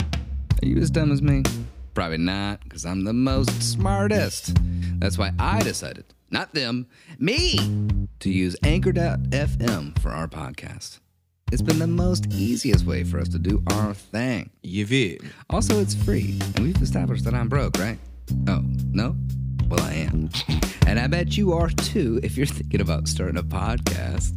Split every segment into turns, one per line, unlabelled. Are you as dumb as me? Probably not, because I'm the most smartest. That's why I decided, not them, me, to use Anchor.fm for our podcast. It's been the most easiest way for us to do our thing.
You did.
Also, it's free, and we've established that I'm broke, right? Oh, no? Well, I am. And I bet you are too if you're thinking about starting a podcast.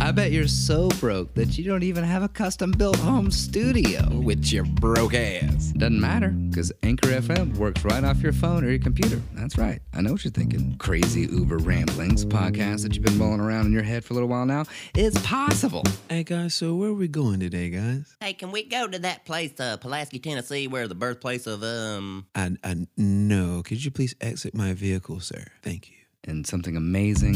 I bet you're so broke that you don't even have a custom built home studio.
With your broke ass.
Doesn't matter, because Anchor FM works right off your phone or your computer. That's right. I know what you're thinking. Crazy Uber Ramblings podcast that you've been mulling around in your head for a little while now. It's possible.
Hey guys, so where are we going today, guys?
Hey, can we go to that place, uh, Pulaski, Tennessee, where the birthplace of um?
I, I no. Could you please exit my vehicle, sir? Thank you.
and something amazing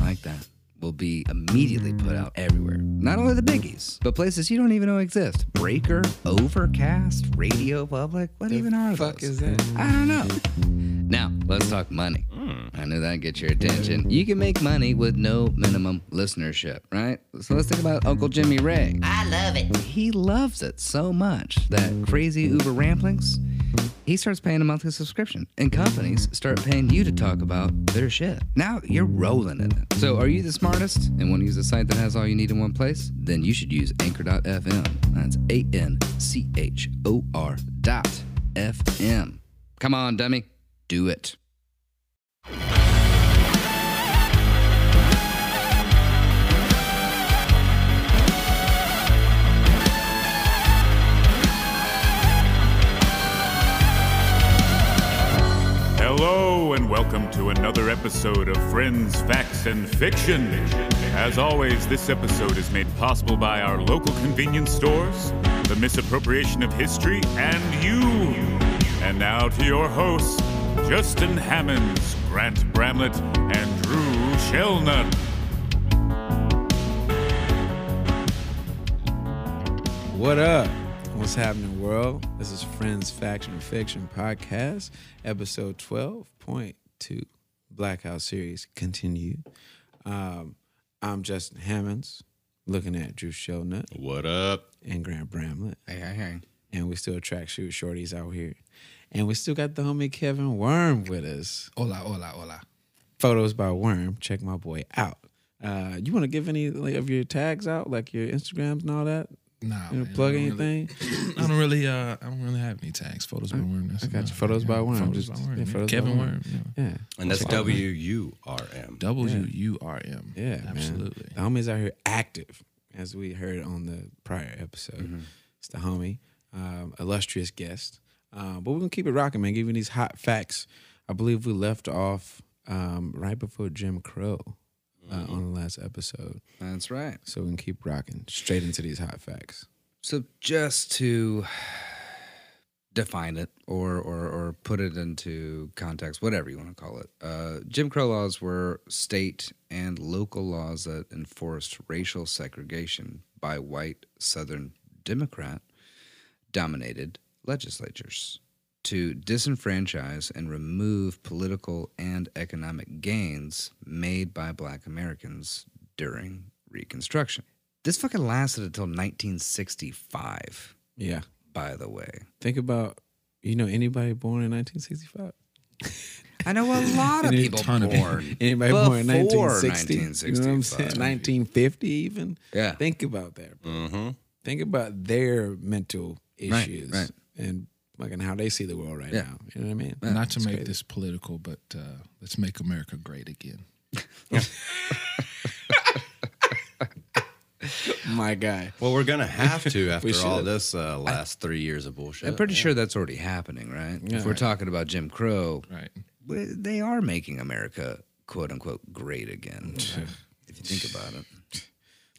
like that will be immediately put out everywhere. Not only the biggies, but places you don't even know exist. Breaker, Overcast, Radio Public. What even are
fuck
those?
is that?
I don't know. Now, let's talk money.
Hmm.
I knew that'd get your attention. You can make money with no minimum listenership, right? So let's think about Uncle Jimmy Ray.
I love it.
He loves it so much that crazy Uber ramblings, he starts paying a monthly subscription, and companies start paying you to talk about their shit. Now you're rolling in it. So, are you the smartest and want to use a site that has all you need in one place? Then you should use Anchor.fm. That's A N C H O R dot F M. Come on, dummy, do it.
Hello, and welcome to another episode of Friends, Facts, and Fiction. As always, this episode is made possible by our local convenience stores, the misappropriation of history, and you. And now to your hosts, Justin Hammonds, Grant Bramlett, and Drew Shelnut.
What up? What's happening, world? This is Friends Faction Fiction Podcast, episode 12.2, Blackout Series Continued. Um, I'm Justin Hammonds, looking at Drew Shelnut
What up?
and Grant Bramlett,
Hey, hey, hey.
and we still track shoot shorties out here. And we still got the homie Kevin Worm with us.
Hola, hola, hola.
Photos by Worm. Check my boy out. Uh, you want to give any like, of your tags out, like your Instagrams and all that?
Nah,
You
man,
want to plug
I don't really-
anything?
I don't really, uh, I don't really have any tags. Photos by worm.
I got your photos by worm.
Photos
Just-
by worm.
yeah,
man.
photos by
Kevin
worm.
worm. yeah.
Yeah.
And that's W U R M.
W U R M.
Yeah, man.
absolutely.
The homies out here active, as we heard on the prior episode. It's the homie, um, illustrious guest. Um, but we're gonna keep it rocking, man. Giving these hot facts. I believe we left off um, right before Jim Crow uh, on the last episode,
That's right.
so we can keep rocking straight into these hot facts.
So just to define it or, or or put it into context, whatever you want to call it, uh, Jim Crow laws were state and local laws that enforced racial segregation by white Southern Democrat dominated legislatures to disenfranchise and remove political and economic gains made by black Americans during Reconstruction. This fucking lasted until 1965,
Yeah.
by the way.
Think about you know anybody born in 1965?
I know a lot of
And a
people
ton of
born.
Anybody born in
Before
1960? You know what I'm saying?
1965.
1950 even.
Yeah.
Think about that. bro.
Mm-hmm.
Think about their mental
Right,
issues
right.
and fucking how they see the world right
Yeah.
now. You know what I mean?
Not to
It's
make
crazy.
this political, but uh, let's make America great again.
My guy.
Well, we're gonna have to after all
should.
this uh, last three years of bullshit.
I'm pretty sure that's already happening, right? if we're talking about Jim Crow,
Right.
well, they are making America quote unquote great again. if you think about it.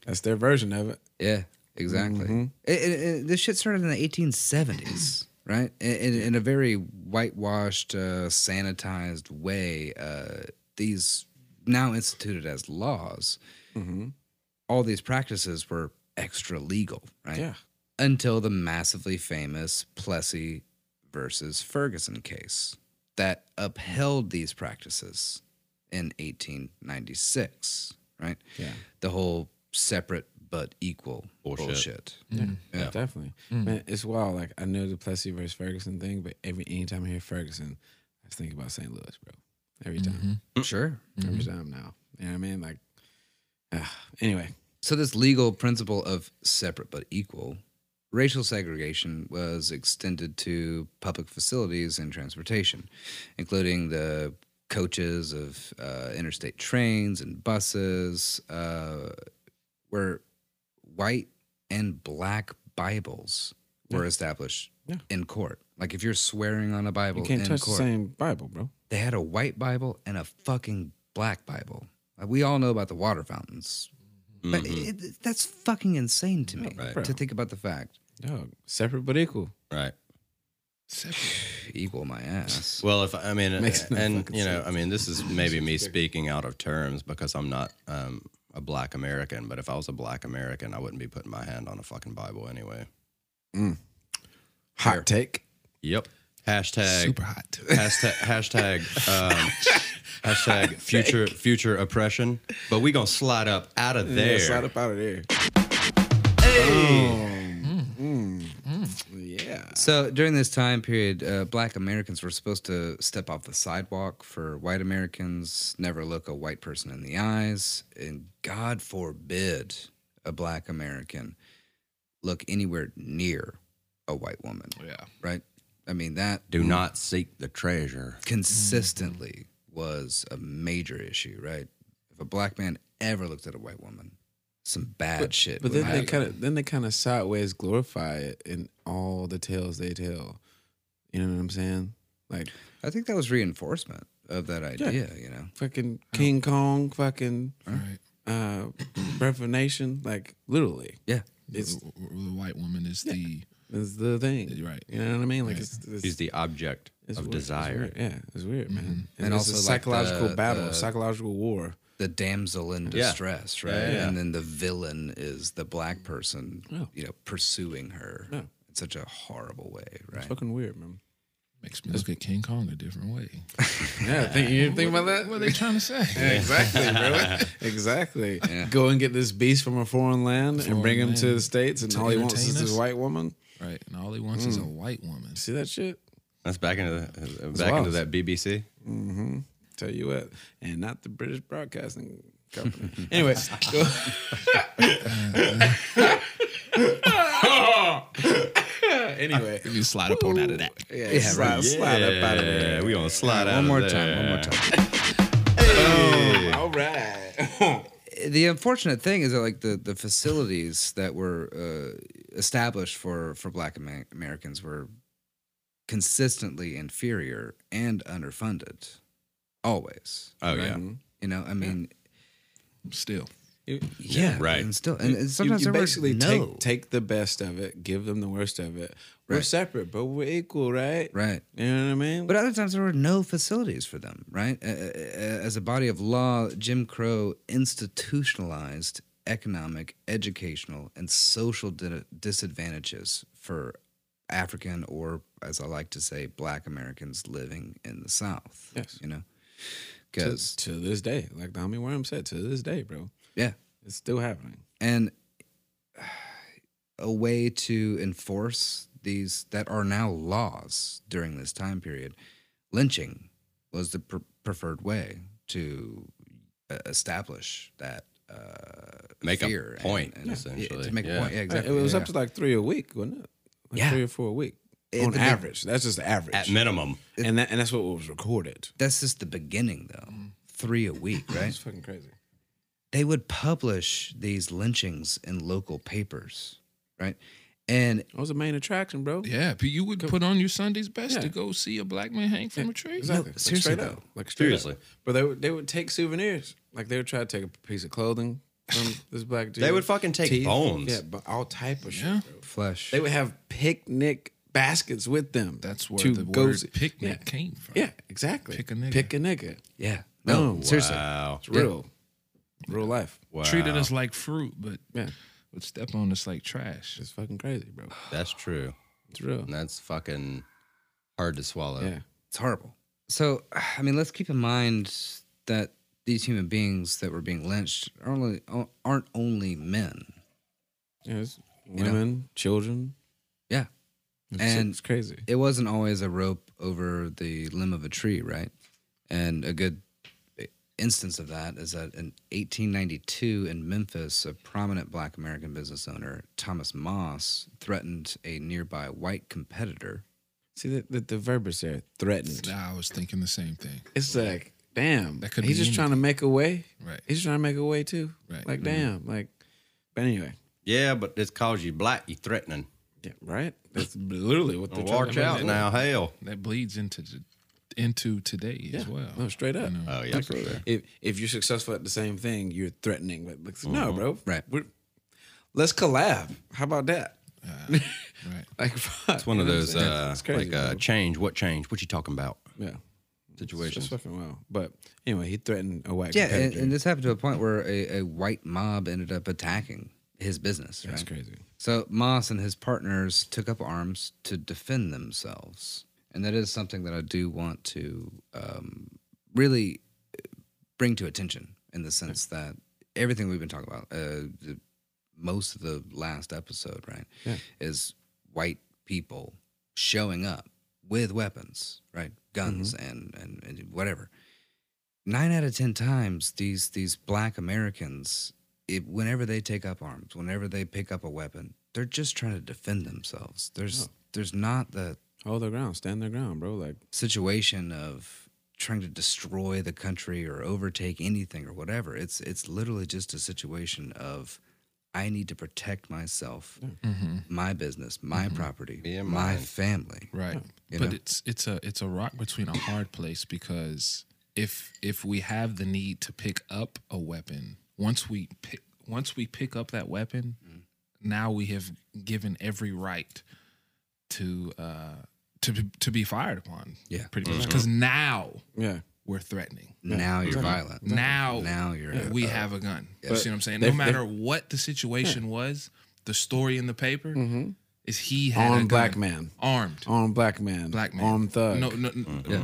That's their version of it.
Yeah, exactly. It- it- it- this shit started in the 1870s, right? In, in, in a very whitewashed, uh, sanitized way, uh, these now instituted as laws, all these practices were extra legal, right?
Yeah.
Until the massively famous Plessy versus Ferguson case that upheld these practices in 1896, right?
Yeah.
the whole separate but equal
Bullshit.
bullshit.
Mm.
Yeah,
Yeah.
definitely. Man, it's wild. Like I know the Plessy versus Ferguson thing, but every anytime I hear Ferguson, I just think about St. Louis, bro. Every time,
Mm-hmm.
Sure.
every time now. You know what I mean? Like, ah, anyway,
So this legal principle of separate but equal racial segregation was extended to public facilities and transportation, including the coaches of uh, interstate trains and buses, uh, where white and black Bibles were established
Yeah.
in court. Like if you're swearing on a Bible
you can't
in
touch
court,
the same Bible, bro.
they had a white Bible and a fucking black Bible. Like, we all know about the water fountains, but it, it- that's fucking insane to me
Right.
to think about the fact.
Dog, separate but equal.
Right.
Equal my ass.
Well, if I mean,
Makes no
and
fucking
you know, I mean, this is maybe me speaking out of terms because I'm not um, a black American. But if I was a black American, I wouldn't be putting my hand on a fucking Bible anyway.
Hot take.
Yep. Hashtag
Super hot.
hashtag hashtag um, hashtag future future oppression. But we gonna slide up out of
Yeah,
there.
slide up out of there.
So during this time period, uh, black Americans were supposed to step off the sidewalk for white Americans, never look a white person in the eyes, and God forbid a black American look anywhere near a white woman,
Yeah.
right? I mean, that
Do not seek the treasure.
consistently was a major issue, right? If a black man ever looked at a white woman, some bad shit.
But
would
then they
happen.
kind of then they kind of sideways glorify it in all the tales they tell. You know what I'm saying? Like
I think that was reinforcement of that idea. You know,
fucking King Kong, fucking
All right.
uh, Reformation, like literally.
yeah,
It's-
the, the white woman is the
It's the thing,
Right.
You know what I mean? Like it's, it's,
He's the object
it's
of
weird, it's
desire.
weird. Yeah, it's
Mm-hmm.
weird, man. And,
And
it's a
also, like,
psychological
the-
battle,
the-
psychological war.
the damsel in distress, right?
yeah, Oh. yeah.
And then the villain is the black person,
Yeah.
you know, pursuing her
Oh.
Yeah.
in such a horrible way,
It's
right?
fucking weird, man.
makes me look at King Kong a different way.
Yeah, think you didn't think about
What are they trying to say?
exactly, bro. exactly. Go and get this beast from a foreign land and
Foreign
bring him to
land.
the states, and
To
all he wants
entertain
is this
us?
white woman.
Right. And all he wants is a
Mm.
white woman.
See that shit?
That's back into the, uh, back
wild.
into that BBC.
Tell you what, and not the British Broadcasting Company. anyway, go. anyway,
You slide up on out of that.
yeah, slide, slide up out of there.
Yeah, we gonna slide out
one
of
more
there.
time. One more time.
All right.
the unfortunate thing is that like the, the facilities that were uh, established for for black Amer- americans were consistently inferior and underfunded always
Oh yeah.
you know i mean
Still.
You,
yeah,
right.
and still and, and
you-
sometimes
you
there were
basically
no.
take take the best of it, give them the worst of it. We're
Right.
separate, but we're equal, right?
right
You know what I mean?
But other times there were no facilities for them, right? Uh, As a body of law, Jim Crow institutionalized economic, educational, and social di- disadvantages for African or, as I like to say, Black Americans living in the South.
Yes.
You know?
to,
Because,
to this day, like the homie Worm said, to this day, bro,
yeah.
it's still happening.
and a way to enforce these that are now laws during this time period lynching was the pre- preferred way to uh, establish that uh,
Make a
fear and-
point,
and- yeah,
essentially.
to make
Yeah.
a point yeah exactly
It was
yeah,
up to like three a week, wasn't it? Like
Yeah.
three or four a week
It-
on
but the-
average. that's just the average.
At minimum.
and that and that's what was recorded.
that's just the beginning though
Mm-hmm.
three a week right
It's fucking crazy.
they would publish these lynchings in local papers right and
That was the main attraction, bro.
Yeah. But you would put on your Sunday's best
Yeah.
to go see a black man hang from a tree.
Exactly. like
seriously,
straight
though.
up. Like straight
Seriously.
Up. But they would they would take souvenirs. Like they would try to take a piece of clothing from this black dude.
They would fucking take
Teeth.
bones.
Yeah, but all type of
Yeah.
shit. Bro.
flesh
They would have picnic baskets with them.
That's where
to
the
go
word
see-
picnic
Yeah.
came from.
Yeah, exactly.
Pick a nigga.
Pick a nigga.
yeah no
Oh,
seriously
Wow.
It's real. Real life.
Wow.
Treated us like fruit, but
Yeah.
would step on us like trash.
It's fucking crazy, bro.
That's true.
It's real.
And that's fucking hard to swallow.
Yeah.
It's horrible. So, I mean, let's keep in mind that these human beings that were being lynched are only, aren't only men,
Yes.
know?
Women, children.
Yeah.
It's,
And
it's crazy.
it wasn't always a rope over the limb of a tree, right? And a good eh, instance of that is that in 1892 in Memphis, a prominent black American business owner, Thomas Moss, threatened a nearby white competitor.
See that the, the verb is there. Threatened.
Nah, I was thinking the same thing.
It's like, damn.
That could
he's
be
just trying to make a way.
Right.
He's trying to make a way too.
Right. Mm-hmm.
Like, damn. Like, but anyway.
Yeah, but it's cause you black, you threatening.
Yeah, right? That's literally what they're trying
Watch
to
out now, hell.
That bleeds into t- into today as well.
No, straight up.
Oh yeah, for sure.
If if you're successful at the same thing, you're threatening. Like, like,
Mm-hmm.
no, bro.
Right.
We're, let's collab. How about that?
Uh, Right.
Like, fuck,
It's one of
you know what I'm
those
saying?
uh,
It's crazy,
like uh,
bro.
change. What change? What you talking about?
yeah. It's
Situations.
fucking well. But anyway, he threatened a white
Yeah, and,
competitor.
and this happened to a point where a, a white mob ended up attacking his business. Right?
That's crazy.
So Moss and his partners took up arms to defend themselves, and that is something that I do want to um, really uh, bring to attention in the sense that everything we've been talking about, uh, the, most of the last episode, right, is white people showing up with weapons, right, guns and, and and whatever. Nine out of ten times, these these black Americans it, whenever they take up arms, whenever they pick up a weapon, they're just trying to defend themselves. There's there's not the
Hold their ground. Stand their ground, bro. Like,
situation of trying to destroy the country or overtake anything or whatever. It's it's literally just a situation of I need to protect myself,
Mm-hmm.
my business, my property,
Yeah,
my
mine.
family.
Right.
You
but
know?
it's it's a it's a rock between a hard place because if if we have the need to pick up a weapon, once we pick once we pick up that weapon,
Mm-hmm.
now we have given every right to uh to be- to be fired upon.
Yeah. Mm-hmm.
Pretty much because now
yeah.
we're threatening.
Now you're violent.
Now
now you're uh,
we have a gun. You see what I'm saying?
uh, they-
No
they-
matter what the situation was, the story in the paper is he had a
Mm-hmm. Armed black
gun.
man.
Armed
Armed black man.
black man.
Armed thug.
No, no, no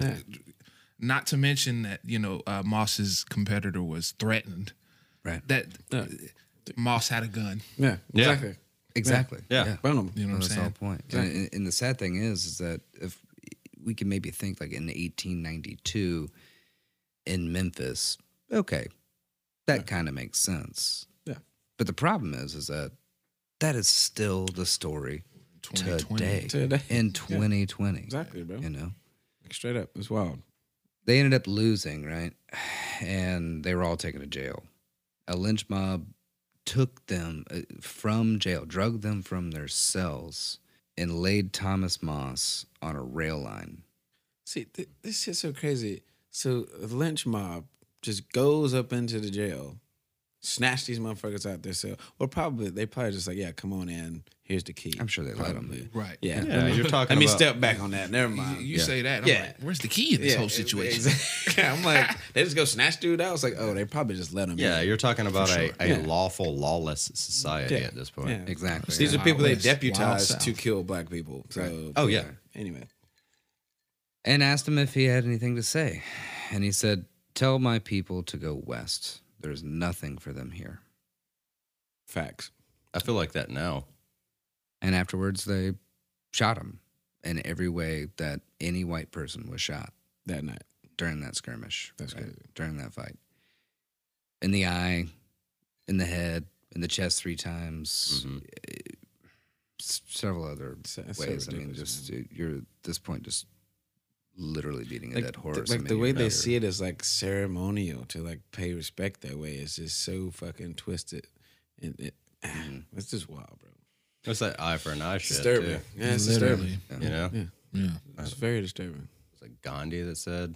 not to mention that you know uh, Moss's competitor was threatened.
right.
That Moss had a gun.
Yeah.
Yeah.
Exactly.
Exactly.
Yeah.
Boom.
You know what I'm
That's the whole
saying?
point. And, and- and the sad thing is, is that if we can maybe think like in 1892 in Memphis, okay, that kind of makes sense.
Yeah.
But the problem is, is that that is still the story today,
Today.
in
Yeah.
2020.
Exactly, bro.
You know,
Like, straight up. It's wild.
they ended up losing, right? And they were all taken to jail. A lynch mob took them uh, from jail, drugged them from their cells, and laid Thomas Moss on a rail line.
See, th- this shit's so crazy. So the lynch mob just goes up into the jail, snatch these motherfuckers out their cell. Or probably they probably just like, yeah, come on in. Here's the key.
I'm sure they let 'em.
Probably.
Right.
Yeah.
Yeah, you're talking
Let me
about-
step back on that. Never
You,
mind.
you say that. I'm
Yeah.
like, where's the key in this whole situation?
exactly. I'm like, they just go snatch dude out. It's like, oh, they probably just let him.
Yeah,
in.
you're talking about a,
sure.
a lawful, lawless society
Yeah.
at this point.
Yeah.
Exactly.
These are
Wild
people they
West, Wild
deputized
South.
to kill black people. So,
Oh, yeah.
Anyway,
and asked him if he had anything to say. And he said, Tell my people to go west. There's nothing for them here.
facts.
I feel like that now.
And afterwards, they shot him in every way that any white person was shot.
That night,
during that skirmish.
That's crazy.
During that fight. In the eye, in the head, in the chest three times.
Mm-hmm.
eh, s- several other
It's- it's so
ways. I mean,
ridiculous,
just eh, you're at this point just literally beating a
like,
dead
th-
horse.
like the way they see it is like ceremonial to like pay respect that way. It's just so fucking twisted, and it, ah, it's just wild, bro.
It's that eye for an eye Mm-hmm. shit.
Disturbing. Yeah, it's
Literally.
Too, you know,
Yeah.
Yeah.
disturbing. It's very disturbing.
it's like Gandhi that said,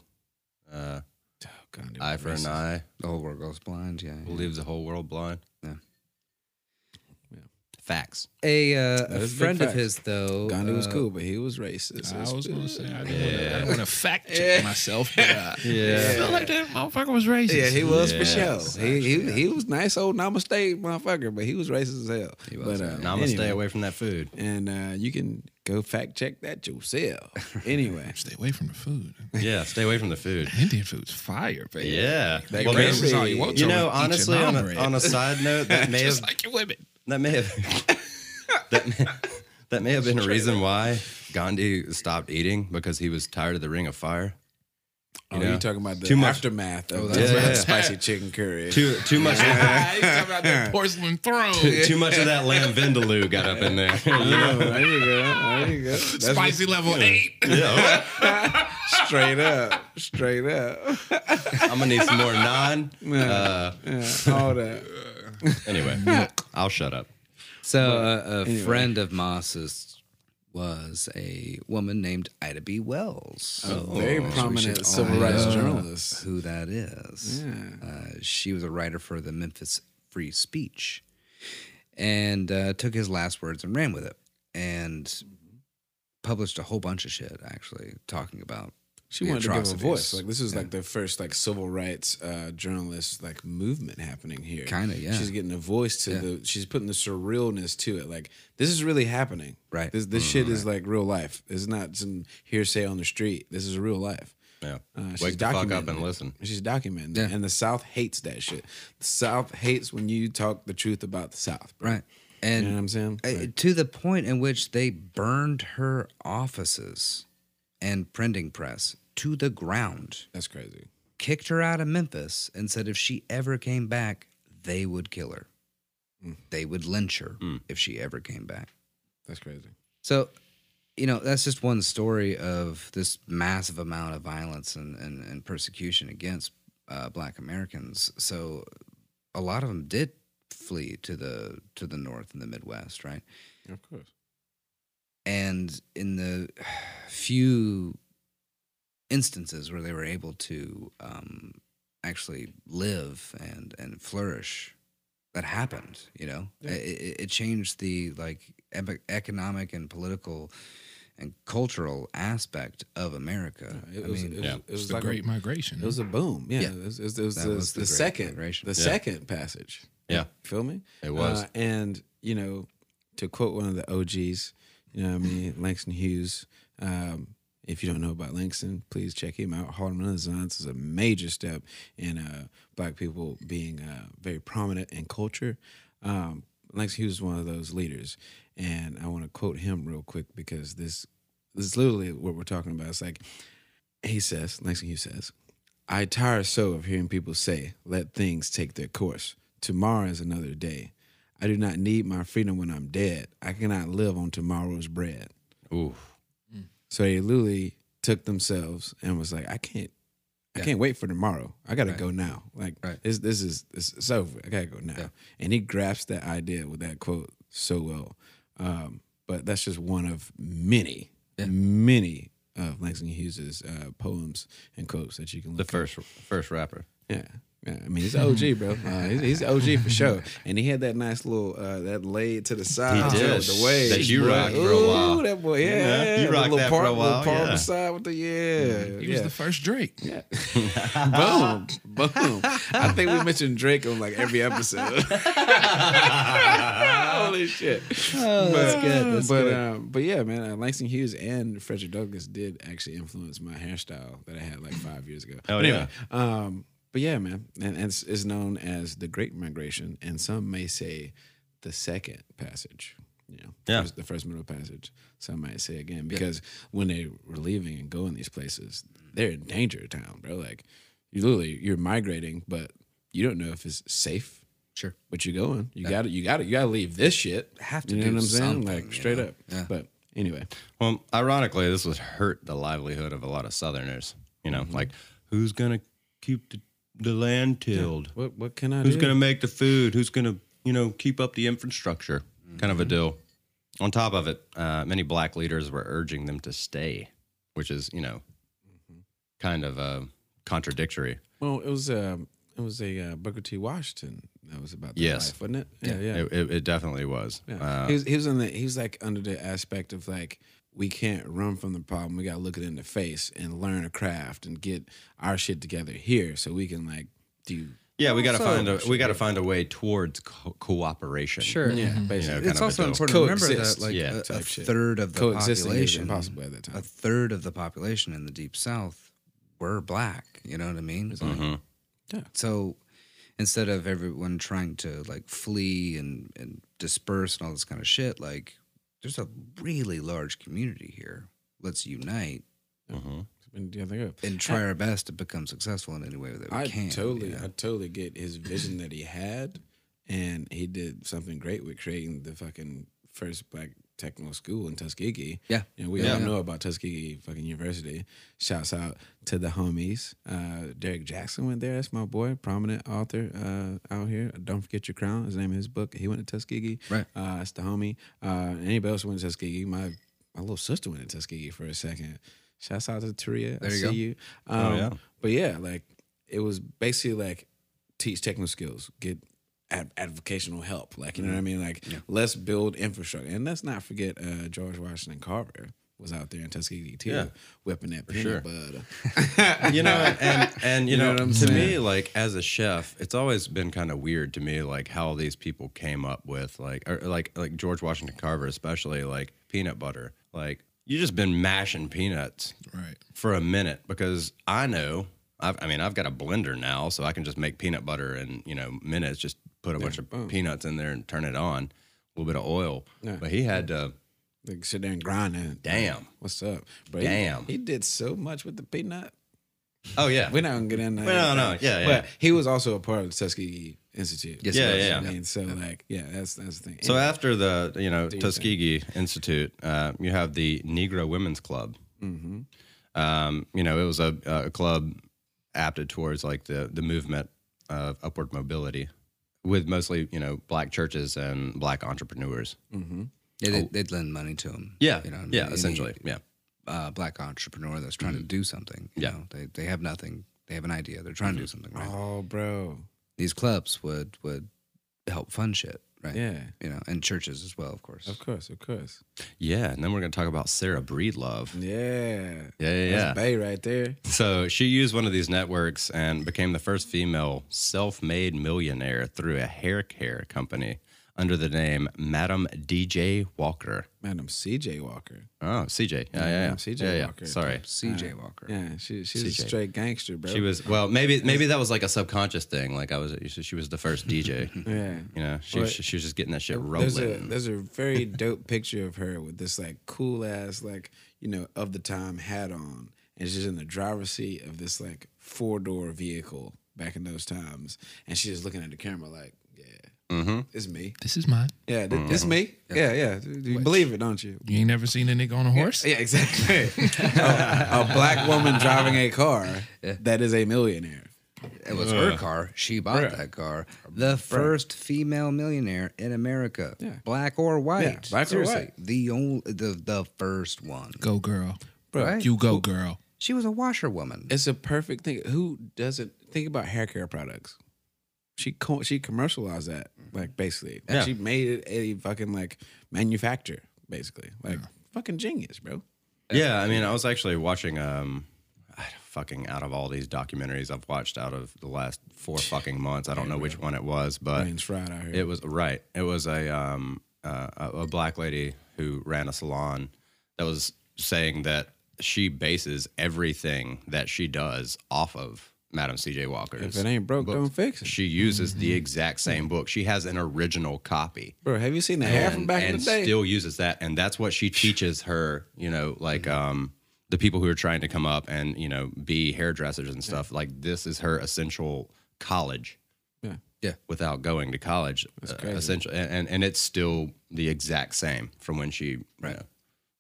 uh,
Oh, God, dude,
"Eye for an
racist.
eye,
The whole world goes blind. Yeah.
who leaves the whole world blind."
Yeah.
Yeah.
Facts.
A, uh,
That
a
is big
friend of
facts.
his, though.
Gandhi was
uh,
cool, but he was racist.
I was gonna say I didn't
Yeah.
wanna- I want to fact check myself, but uh, I
Yeah.
feel like that motherfucker was racist.
Yeah, he was
Yes,
for sure. He, he he was nice old namaste motherfucker, but he was racist as hell. He
was,
But, uh,
Now I'm gonna stay
anyway.
away from that food.
And uh, you can go fact check that yourself. anyway,
Stay away from the food.
Yeah, stay away from the food.
Indian food's fire, baby.
Yeah.
That
Well,
crazy.
maybe-
This is all you want
you
to
know,
eat your
honestly, on a,
naan bread.
on a side note, that may have
just like your women.
That may have that may, that may have been a reason why Gandhi stopped eating because he was tired of the Ring of Fire.
Oh,
know,
you're talking about the
too much-
aftermath of
yeah,
the
yeah.
spicy chicken curry.
Too too much
He's talking about that porcelain throne.
too much of that lamb vindaloo got up in there.
Oh, there you go. There you go. That's
Spicy level eight.
straight up. Straight up.
I'm gonna oh, need some more naan. Uh,
All that.
anyway, I'll shut up.
So uh, a, a friend of Moss's was a woman named Ida B. Wells. Oh,
Very prominent civil rights journalist.
who that is. Uh, she was a writer for the Memphis Free Speech and uh, took his last words and ran with it and published a whole bunch of shit actually talking about
She
the
wanted to give
atrocities.
a voice. Like this is like the first like civil rights uh, journalist like movement happening here.
Kinda, yeah.
She's getting a voice to the. She's putting the surrealness to it. Like this is really happening.
Right.
This this shit is like real life. It's not some hearsay on the street. This is real life.
Yeah,
Uh, she's
wake the fuck up
documenting
and
it.
listen.
She's documenting,
Yeah.
it. and the South hates that shit. The South hates when you talk the truth about the South. bro.
right
You
and
know what I'm saying?
uh, to the point in which they burned her offices and printing press to the ground
That's crazy.
kicked her out of Memphis and said if she ever came back, they would kill her. They would lynch her if she ever came back.
That's crazy.
So, you know, that's just one story of this massive amount of violence and, and, and persecution against uh, black Americans. So a lot of them did flee to the to the north and the Midwest, right?
Of course.
and in the few instances where they were able to um, actually live and and flourish that happened you know I- I- it, it changed the like ep- economic and political and cultural aspect of america
It
I
was,
mean,
it was,
yeah.
it
It's
was
the
like a-
Great Migration.
It was a boom. Yeah,
Mm-hmm. Yeah.
it was, it was, it was
That
the,
was the
the
Great
second,
Migration.
the
Yeah.
second passage.
Yeah.
feel me?
It was.
Uh, and you know, to quote one of the OGs, you know, what I mean, Langston Hughes. Um, if you don't know about Langston, please check him out. Harlem Renaissance is a major step in uh, Black people being uh, very prominent in culture. Um, Langston Hughes is one of those leaders, and I want to quote him real quick because this, this is literally what we're talking about. It's like he says, Langston Hughes says, I tire so of hearing people say, let things take their course. Tomorrow is another day. I do not need my freedom when I'm dead. I cannot live on tomorrow's bread.
Ooh,
So they literally took themselves and was like, I can't, I can't wait for tomorrow. I gotta go now. Like
Right.
this, this is this, it's over. I gotta go now. And he grasps that idea with that quote so well. Um, but that's just one of many, many of Langston Hughes's uh, poems and quotes that you can
the
look.
first first rapper.
Yeah. Yeah, I mean he's OG, bro. Uh, he's, he's OG for sure, and he had that nice little uh, that laid to the side
did.
with the waves.
That you
bro.
rocked for a while.
Ooh, that boy, yeah,
Yeah, you
the
rocked
little
that for a
part- little
while,
part
yeah.
beside with the yeah.
he was
yeah.
the first Drake.
boom, boom. I think we mentioned Drake on like every episode. Holy shit! Oh, that's good. That's but Um, but yeah, man, uh, Langston Hughes and Frederick Douglass did actually influence my hairstyle that I had like five years ago.
Oh,
But
yeah.
um, but yeah, man, and, and it's, it's known as the Great Migration, and some may say the Second Passage. You know,
Yeah.
first- the first Middle Passage. Some might say again because when they were leaving and going these places, they're in danger town, bro. Like you literally you're migrating, but you don't know if it's safe.
Sure.
but you're going. You got to You got to You got to leave this shit.
Have to
you know
do
what I'm saying?
something,
Like
you
straight
know?
up.
Yeah.
But anyway,
Well, ironically, this would hurt the livelihood of a lot of Southerners. You
Mm-hmm.
know, like who's gonna keep the, the land tilled?
what what can I
Who's
do?
gonna make the food? Who's gonna you know keep up the infrastructure? Kind
Mm-hmm.
of a deal. On top of it, uh, many black leaders were urging them to stay, which is you know
Mm-hmm.
kind of uh, contradictory.
Well, it was um, it was a uh, Booker T. Washington that was about that
Yes.
life, wasn't it? Yeah, yeah.
It, it, it definitely was.
yeah.
Uh,
he was he was in the he was like under the aspect of like we can't run from the problem. We got to look it in the face and learn a craft and get our shit together here so we can like do
yeah, we got to find a we got to find a way towards co- cooperation.
sure
yeah
you know,
basically.
kind
it's
of
also
a deal.
important to remember that
Coexist,
like
yeah,
a, a
type shit.
third of the
Coexisting is
population
impossible at that time.
a third of the population in the deep south were black you know what i mean It's like-
Mm-hmm.
Yeah.
so instead of everyone trying to like flee and and disperse and all this kind of shit. Like, there's a really large community here. Let's unite
Mhm.
And, yeah, I think I-
and try our best to become successful in any way that we
I
can.
totally,
you know?
I totally get his vision that he had, and he did something great with creating the fucking first black technical school in Tuskegee.
Yeah.
you know, we
Yeah.
all know about Tuskegee fucking University. Shouts out to the homies. Uh, Derek Jackson went there. That's my boy, prominent author uh, out here. Don't forget your crown. His name is his book. He went to Tuskegee.
Right.
Uh, that's the homie. Uh, anybody else went to Tuskegee? My my little sister went to Tuskegee for a second. Shouts out to Taria.
There
I
you
see
go.
you. Um,
Oh, yeah.
But yeah, like it was basically like teach technical skills, get ad- advocational help. Like you know
Mm-hmm.
what I mean? Like let's build infrastructure, and let's not forget uh, George Washington Carver was out there in Tuskegee too,
Yeah.
whipping that peanut
sure.
butter.
you know, and and you,
You know
know,
what I'm
to
saying?
me, like as a chef, it's always been kind of weird to me, like how these people came up with like, or like like George Washington Carver, especially like peanut butter. Like you just been mashing peanuts
Right.
for a minute because I know, I've, I mean, I've got a blender now, so I can just make peanut butter in you know minutes. Just put a bunch of peanuts in there and turn it on, a little bit of oil.
Yeah.
But he had to,
Like sit there and grind it.
damn.
What's up? But
Damn.
he, he did so much with the peanut.
Oh yeah,
We're not gonna get in there.
Well, no, no. Yeah,
But
yeah.
he was also a part of the Tuskegee Institute.
Yes,
he Yeah, was.
You know
yeah.
what I mean, so like, yeah, that's that's the thing.
So after the you know
thing.
Tuskegee Institute, uh, you have the Negro Women's Club.
Mhm.
Um, you know, it was a, a club apted towards like the the movement of upward mobility, with mostly you know black churches and black entrepreneurs.
Yeah, they, would lend money to them. you know, what I
Oh. yeah,
mean?
essentially, yeah,
Any, uh, black entrepreneur that's trying to do something. You
Yeah. Mm-hmm.
know, they they have nothing. They have an idea. They're trying to do something. Right.
oh, bro,
These clubs would would help fund shit. Right.
yeah,
You know, and churches as well, of course.
of course, of course,
yeah. And then we're gonna talk about Sarah Breedlove.
yeah,
Yeah, yeah, yeah.
That's Bay right there.
So she used one of these networks and became the first female self made millionaire through a hair care company under the name Madam DJ Walker.
Madam C.J. Walker.
Oh, CJ. Yeah, yeah, yeah.
Madam CJ
Yeah, yeah.
Walker.
Sorry.
C.J. Walker.
Yeah, she she's a
CJ.
straight gangster, bro.
She was well, maybe maybe that was like a subconscious thing. Like I was she was the first DJ.
yeah.
You know, she,
Well,
she she was just getting that shit rolling.
There's a there's a very dope picture of her with this like cool ass like you know of the time hat on, and she's in the driver's seat of this like four door vehicle back in those times, and she's just looking at the camera like, yeah,
Mhm.
it's me,
This is mine.
yeah, th- it's me, yeah, yeah. You believe it, don't you?
You ain't never seen a nigga on a horse?
Yeah, exactly. a, a black woman driving a car that is a millionaire.
It was her car. She bought that car. The first female millionaire in America,
Yeah.
black or white.
Yeah, black or
Seriously,
white.
The only the the first one.
Go girl.
Bro,
Right.
You go girl.
She was a washerwoman.
It's a perfect thing. Who doesn't think about hair care products? She co- she commercialized that like basically. Like,
Yeah.
She made it a fucking like manufacturer basically. Like fucking genius, bro.
yeah, I mean, I was actually watching um I don't- fucking out of all these documentaries I've watched out of the last four fucking months. I don't know which one it was, but
Brains fried out here.
It was right. It was a um uh, a a black lady who ran a salon that was saying that she bases everything that she does off of Madam C.J.
if
Walker's.
it ain't Mm-hmm. broke, don't fix it.
She uses the exact same book. She has an original copy.
Bro, have you seen the hair from back in
and
the day?
still uses that, and that's what she teaches her. You know, like um, the people who are trying to come up and you know be hairdressers and stuff. Like this is her essential college
yeah.
without going to college uh,
crazy.
essentially and, and and it's still the exact same from when she you know,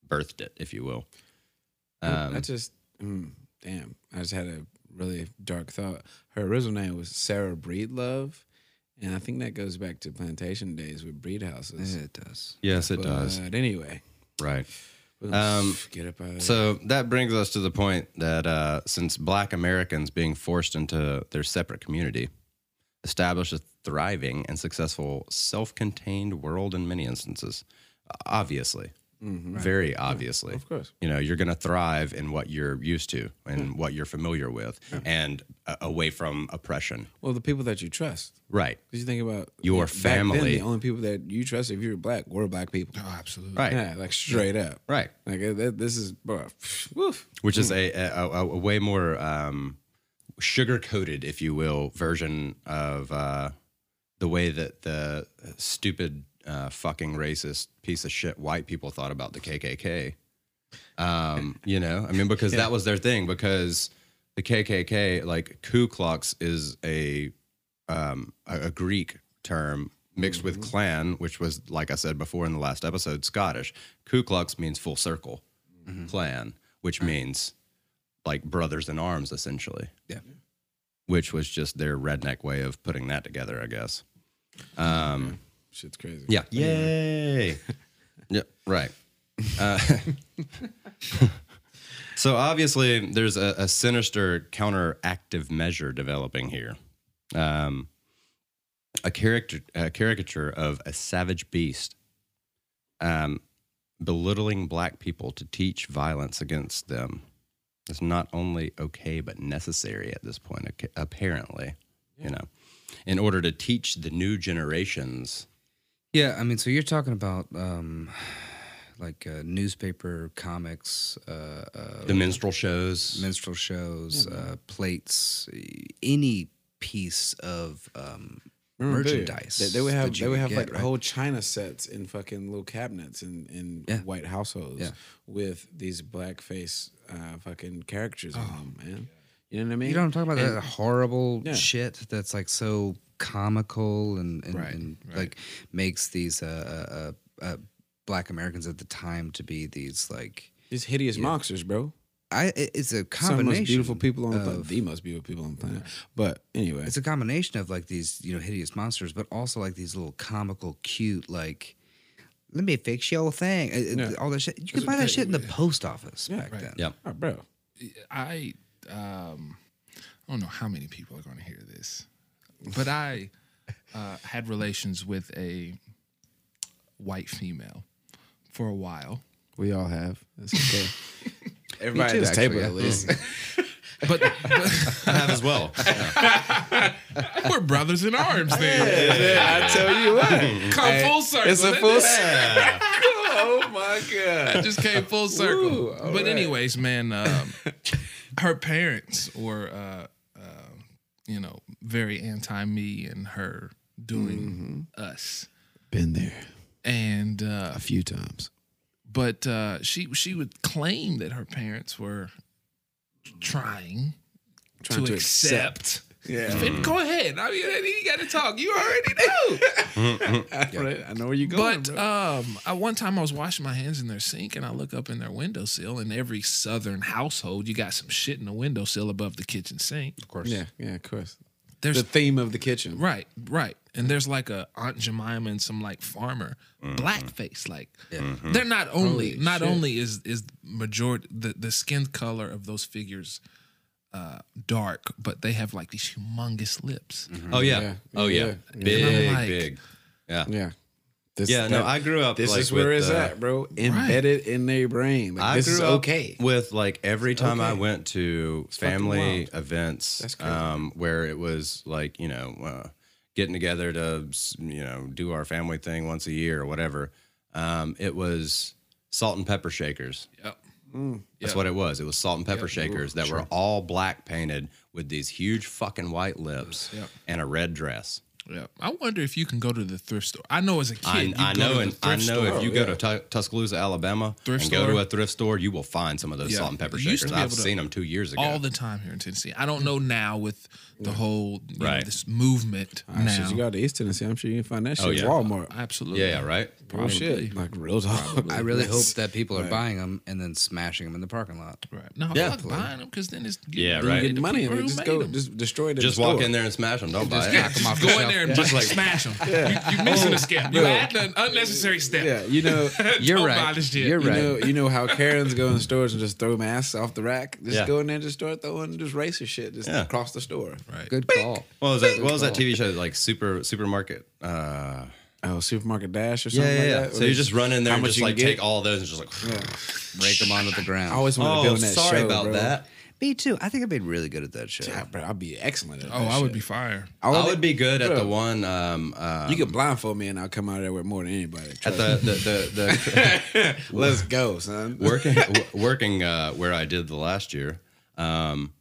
birthed it if you will
I just mm, damn. I just had a really dark thought. Her original name was Sarah Breedlove, and I think that goes back to plantation days with breed houses.
it does.
yes it
but anyway,
right
we're gonna
Um,
get up out of there.
so that brings us to the point that uh, since black americans being forced into their separate community established a thriving and successful self-contained world in many instances obviously very obviously
Of course.
you know you're going to thrive in what you're used to and what you're familiar with and uh, away from oppression
Well, the people that you trust.
right
Because you think about
Your
back Then,
family.
the only people that you trust, if you were black, were black people.
Oh, absolutely.
right
Yeah, like straight up.
right
Like uh, that, this is, bro, woof.
which is a, a, a, a way more um, sugar-coated if you will version of uh, the way that the stupid uh, fucking racist piece of shit white people thought about the KKK. Um, you know, I mean, because that was their thing. Because the KKK, like Ku Klux, is a um, a, a Greek term mixed with clan, which was, like I said before in the last episode, Scottish. Ku Klux means full circle clan, which means like brothers in arms, essentially.
Yeah.
Which was just their redneck way of putting that together, I guess. Um,
Shit's crazy.
Yeah. Yay. yeah. Right. Uh, so obviously, there's a, a sinister counteractive measure developing here. Um, a character, a caricature of a savage beast, um, belittling black people to teach violence against them. is not only okay but necessary at this point, ac- apparently. You know, in order to teach the new generations
Yeah, I mean, so you're talking about um, like uh, newspaper comics, uh, uh,
the minstrel shows.
minstrel shows,
Mm-hmm.
uh, plates, e- any piece of um,
Remember, they-
merchandise.
They, they would have
that you
they would
could
have
get,
like
right?
whole china sets in fucking little cabinets in, in
Yeah.
white households
Yeah.
with these blackface uh, fucking characters on them, man. You know what I mean?
You know what I'm talking about? that horrible
Yeah.
shit that's like so comical and, and,
Right,
and
right.
like makes these uh, uh, uh, uh, black Americans at the time to be these like.
These hideous monsters, bro.
I it- it's a
Some of the
combination.
most beautiful people on the planet.
of-
The most beautiful people on the planet. But anyway,
It's a combination of like these you know hideous monsters, but also like these little comical, cute like. Let me fix your thing. uh, uh,
Yeah.
All that shit. You could buy that shit in the post office back then.
Yeah.
oh, bro.
I um, I don't know how many people are going to hear this, but I uh, had relations with a white female for a while.
We all have. It's okay.
Everybody
Everybody's table at least.
But, but
I have as well.
we're brothers in arms. Then
I tell you what.
come full circle.
It's a
That-
full circle. oh my god.
that just came full circle.
Ooh, all
but
right.
anyways, man, um, her parents were, uh, uh, you know, very anti me and her doing
Mm-hmm.
us.
Been there
And uh,
a few times.
but uh, she she would claim that her parents were trying,
Trying
to,
to
accept.
Yeah.
But Go ahead. I mean, you got to talk. You already know.
Right? I know where you're going.
But
bro.
um, at one time, I was washing my hands in their sink, and I look up in their windowsill. And every Southern household, you got some shit in the windowsill above the kitchen sink.
Of course.
yeah, yeah, of course.
There's
The theme of the kitchen.
right, right, and there's like a Aunt Jemima and some like farmer blackface. Like Mm-hmm. they're not only
Holy
not
shit.
only is is majority the the skin color of those figures uh dark, but they have like these humongous lips.
Oh yeah.
Yeah.
Oh yeah.
Yeah.
And
Big,
I'm like-
big. Yeah.
Yeah. This,
Yeah. No,
that-
I grew up.
This
like,
is where
with,
it's
uh,
at, bro. Embedded in their brain. Like,
I
this
grew
is
up
okay.
with like every time I
okay.
went to
fucking
family
wild. That's
events,
crazy.
um, where it was like you know uh, getting together to you know do our family thing once a year or whatever. Um, it was salt and pepper shakers.
Yep. Yeah.
That's what it was. It was salt and pepper shakers that were all black painted with these huge fucking white lips
Yep.
and a red dress.
Yeah, I wonder if you can go to the thrift store. I know as a kid,
I,
you
I
go
know,
to the
and I
thrift
know
store.
if you go to Tu- Tuscaloosa, Alabama,
Thrift
and go to
store.
a thrift store, you will find some of those
Yeah.
salt and pepper
You used to
shakers.
be
I've
able to-
seen them two years ago.
all the time here in Tennessee. I don't know now with the whole you know,
Right.
this movement
Ah,
now.
shit, you go to East Tennessee, I'm sure you can find that shit
Oh,
at
yeah.
Walmart.
Absolutely.
yeah, yeah, right.
Real shit. Like real talk.
I really hope that people are buying them and then smashing them in the parking lot.
Right. No,
Yeah.
fuck buying them because then it's
Yeah,
then you
right.
get
Get
the
money in
people
it.
who
Just
made
go,
'em.
just destroy the
Just
store.
walk in there and smash them. Don't buy
Yeah,
it.
them off
just
the
go in
shelf.
there and
Yeah.
just like smash them. You, you're missing a step. You add an unnecessary step.
Yeah, you know,
You're
Don't buy
right.
this shit.
You're
you
right.
know, you know how Karens go in stores and just throw masks off the rack. Just
Yeah.
go in there and just start throwing just racist shit just
Yeah.
across the store.
Right.
Good call.
What was that? What was that TV show? Like super supermarket. Uh,
Oh, supermarket dash or something like that.
So you just run in there
How
and
much
just
you can
like take
get?
all those and just like.
Rake them onto the ground.
I always wanted to be
Oh,
on that
sorry
show,
about
bro.
that.
Me too. I think I'd be really good at that shit.
Yeah, bro, I'd be excellent at
Oh, I would be fire.
I would be good at the one. Um, uh,
You could blindfold me and I'll come out of there with more than anybody.
at
Trust
the the the, the
me. Let's go, son.
working w- working uh, where I did the last year. Um,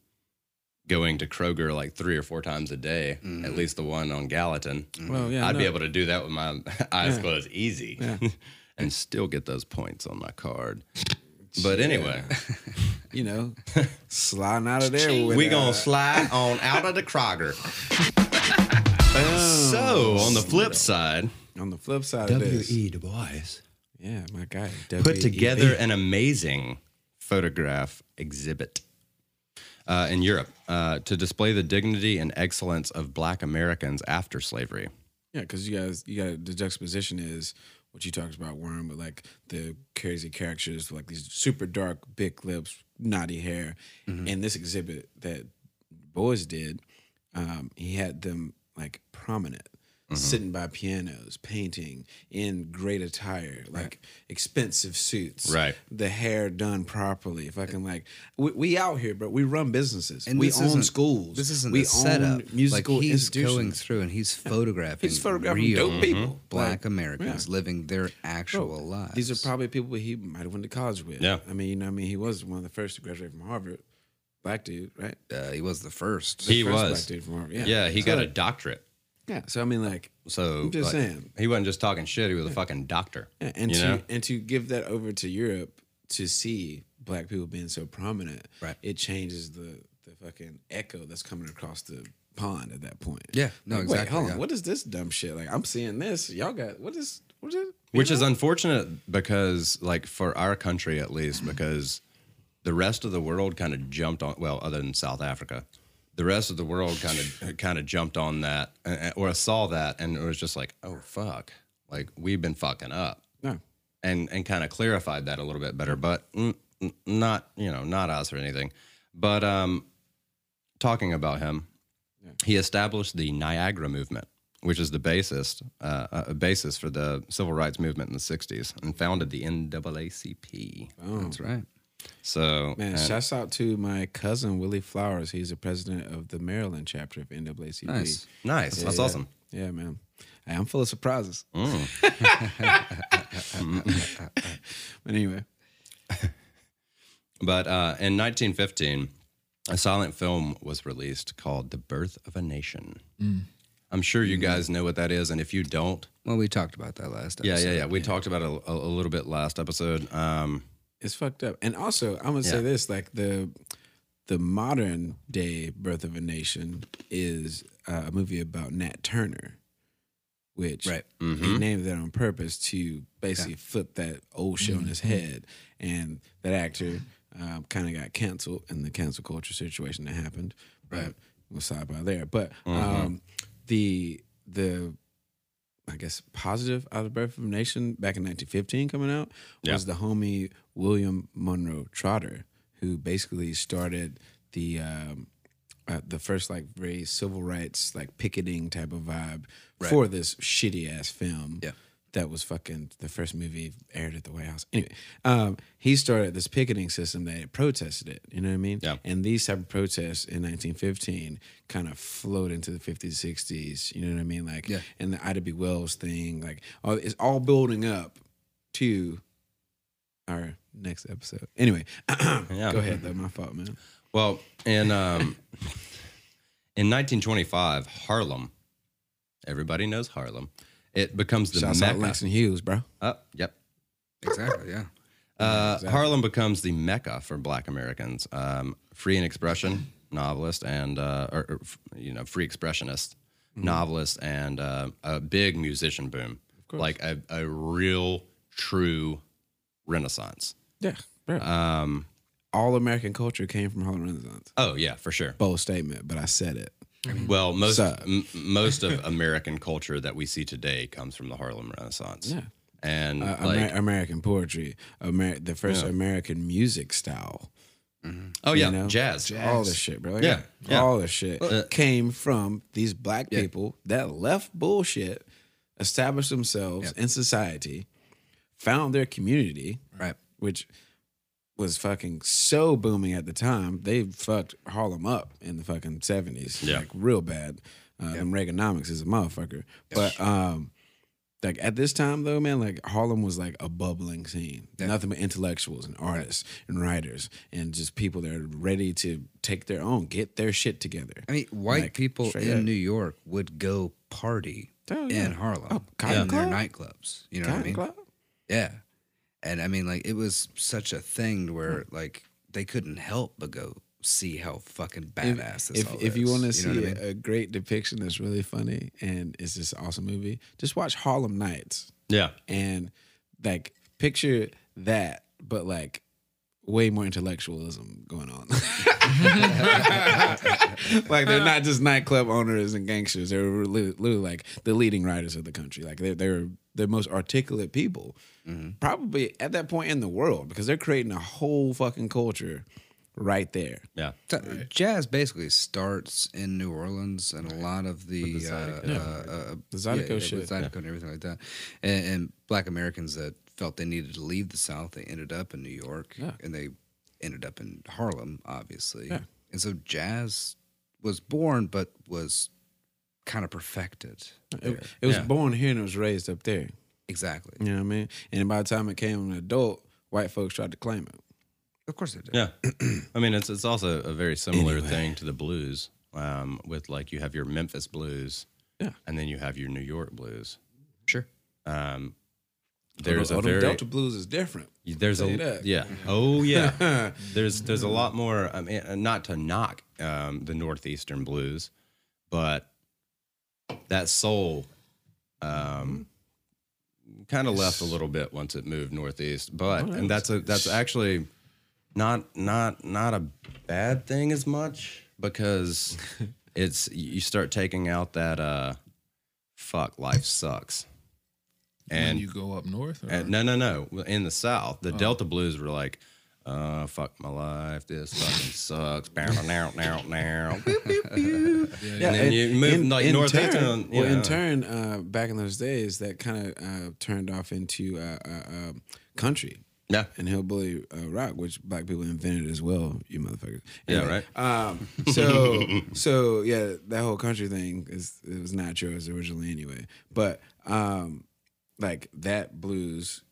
going to Kroger like three or four times a day, at least the one on Gallatin.
Mm-hmm. Well, yeah,
I'd be
no.
able to do that with my eyes closed, easy, and still get those points on my card. But anyway,
you know, sliding out of there. With,
we
uh,
gonna slide on out of the Kroger. so on the flip side,
on the flip side of this.
Du Bois.
Yeah, my guy.
E. put
W.E..
together an amazing photograph exhibit uh, in Europe uh, to display the dignity and excellence of Black Americans after slavery.
Yeah, because you guys, you got the juxtaposition is what you talked about, Worm, but like the crazy characters, like these super dark, big lips, knotty hair,
Mm-hmm.
and this exhibit that Boys did, um, he had them like prominent,
Mm-hmm.
sitting by pianos, painting in great attire, like expensive suits,
Right.
The hair done properly. Fucking like we, we out here, bro. We run businesses.
And
we
this
own
isn't-
schools.
This isn't
we
a setup.
musical
like he's
institutions.
going through and he's photographing,
He's photographing
real Mm-hmm.
dope people.
black
Like,
Americans living their actual lives.
These are probably people he might have went to college with.
Yeah.
I mean, you know, what I mean, he was one of the first to graduate from Harvard. Black dude, right?
uh, he was the first.
He
First
was.
Black dude from Harvard.
Yeah,
Yeah.
he
So,
got a
like,
doctorate.
yeah. So I mean, like,
So
I'm just
like,
saying.
he wasn't just talking shit. He was a fucking doctor.
yeah, and
you
to
know?
and to give that over to Europe to see black people being so prominent,
Right.
It changes the the fucking echo that's coming across the pond at that point.
Yeah, no,
Like,
exactly,
Wait, hold on.
yeah.
What is this dumb shit? Like, I'm seeing this. Y'all got what is what is?
which is unfortunate because like for our country at least because the rest of the world kind of jumped on well other than south africa the rest of the world kind of kind of jumped on that uh, or saw that and it was just like oh fuck like we've been fucking up
No.
and and kind of clarified that a little bit better but mm, mm, not you know not us or anything but um talking about him he established the Niagara Movement, which is the basis, uh, a basis for the civil rights movement in the '60s, and founded the NAACP.
That's right.
Oh.
So,
Man, shouts out to my cousin Willie Flowers. He's the president of the Maryland chapter of NAACP.
Nice.
nice. That's awesome.
Yeah, man. Hey, I'm full of surprises. but anyway,
But uh, in 1915, a silent film was released called "The Birth of a Nation."
Mm.
I'm sure you guys know what that is, and if you don't,
Well, we talked about that last
yeah,
episode.
yeah, yeah, we talked about it a, a little bit last episode. Um,
it's fucked up. And also, I'm gonna
Yeah.
say this: like the the modern day Birth of a Nation is uh, a movie about Nat Turner, which
Right.
he named that on purpose to basically flip that old shit on his head. And that actor um, kind of got canceled in the cancel culture situation that happened. But we'll side by there. But um, the the I guess positive out of Birth of a Nation back in 1915 coming out
Yeah.
was the homie William Monroe Trotter, who basically started the um, uh, the first like very civil rights like picketing type of vibe for this shitty ass film.
Yeah.
That was fucking the first movie aired at the White House. Anyway, um, he started this picketing system that protested it. You know what I mean?
Yeah.
And these type of protests in 1915 kind of flowed into the 50s, 60s. You know what I mean? Like,
Yeah.
and the Ida B. Wells thing, like, all, it's all building up to our next episode. Anyway, go ahead though. My fault, man.
Well, in um, in 1925, Harlem. Everybody knows Harlem. It becomes the
Shouts out
mecca.
Langston Hughes, bro.
Uh, yep.
Exactly. Yeah.
Uh, Harlem becomes the mecca for Black Americans. Um, free in expression novelist and uh, or, or, you know free expressionist
Mm-hmm.
novelist and uh, a big musician boom, like a, a real true renaissance.
Yeah, bro.
Um,
all American Uh, culture came from Harlem Renaissance.
oh yeah, for sure.
Bold statement, but I said it.
Well, most
So-
m- most of American culture that we see today comes from the Harlem Renaissance.
Yeah.
and
Uh, Amer-
like,
American poetry, Amer- the first American music style,
oh yeah,
you know?
jazz.
all this shit, bro. Like,
Yeah, yeah. Uh,
all this shit came from these black people that left bullshit, established themselves in society, found their community,
Right.
which was fucking so booming at the time. They fucked Harlem up in the fucking seventies,
Yeah.
like real bad. Uh, Them Reaganomics is a motherfucker, but um, Like at this time though, man, like Harlem was like a bubbling scene. Nothing but intellectuals and artists and writers and just people that are ready to take their own, get their shit together.
I mean, white
Like,
people
straight
in
up.
New York would go party
Oh,
in
yeah.
Harlem
Oh, Cotton
in their
Club?
nightclubs. You know what I
Cotton
mean?
Club?
Yeah. And I mean, like, it was such a thing to where,
Hmm.
like, they couldn't help but go see how fucking badass this
if,
all
if you
is,
want to
know
see
what I mean?
a, a great depiction that's really funny and it's just an awesome movie, just watch Harlem Nights
Yeah.
and like picture that, but like way more intellectualism going on. like they're not just nightclub owners and gangsters; they're really, literally like the leading writers of the country. Like they're they're the most articulate people,
Mm-hmm.
probably at that point in the world, because they're creating a whole fucking culture right there.
Yeah.
So, Jazz basically starts in New Orleans, and a lot of the, uh, uh, uh,
The Zydeco
with
shit,
Zydeco and everything like that, and, and Black Americans that felt they needed to leave the South, they ended up in New York, and they ended up in Harlem, obviously, and so jazz was born, but was kind of perfected.
It, it was
Yeah.
born here and it was raised up there.
Exactly,
You know what I mean? And by the time it came an adult, white folks tried to claim it.
of course it did.
Yeah. I mean, it's it's also a very similar thing to the blues, um, with like you have your Memphis blues,
Yeah.
and then you have your New York blues.
Sure,
Um, there's
Although
a very
Delta blues is different.
there's
Say
a
that.
yeah oh yeah there's there's a lot more. I mean, uh, not to knock um, the northeastern blues, but that soul um, kind of left a little bit once it moved northeast. But and that's a that's actually not not not a bad thing as much because it's you start taking out that uh fuck life sucks
when
and
you go up north, or,
and no, no, no. In the South,
Oh.
the Delta Blues were like, uh, fuck my life. This fucking sucks. Bow, now, now, now.
Yeah,
And then you move, like, northeast
turn-
and-
Well, in
yeah.
turn, uh, back in those days, that kind of uh, turned off into uh, uh, um country
Yeah.
and hillbilly uh, rock, which black people invented as well. You motherfuckers.
Yeah,
Anyway,
right.
Um, so, so yeah, that whole country thing is it was not yours originally anyway. But um, like that blues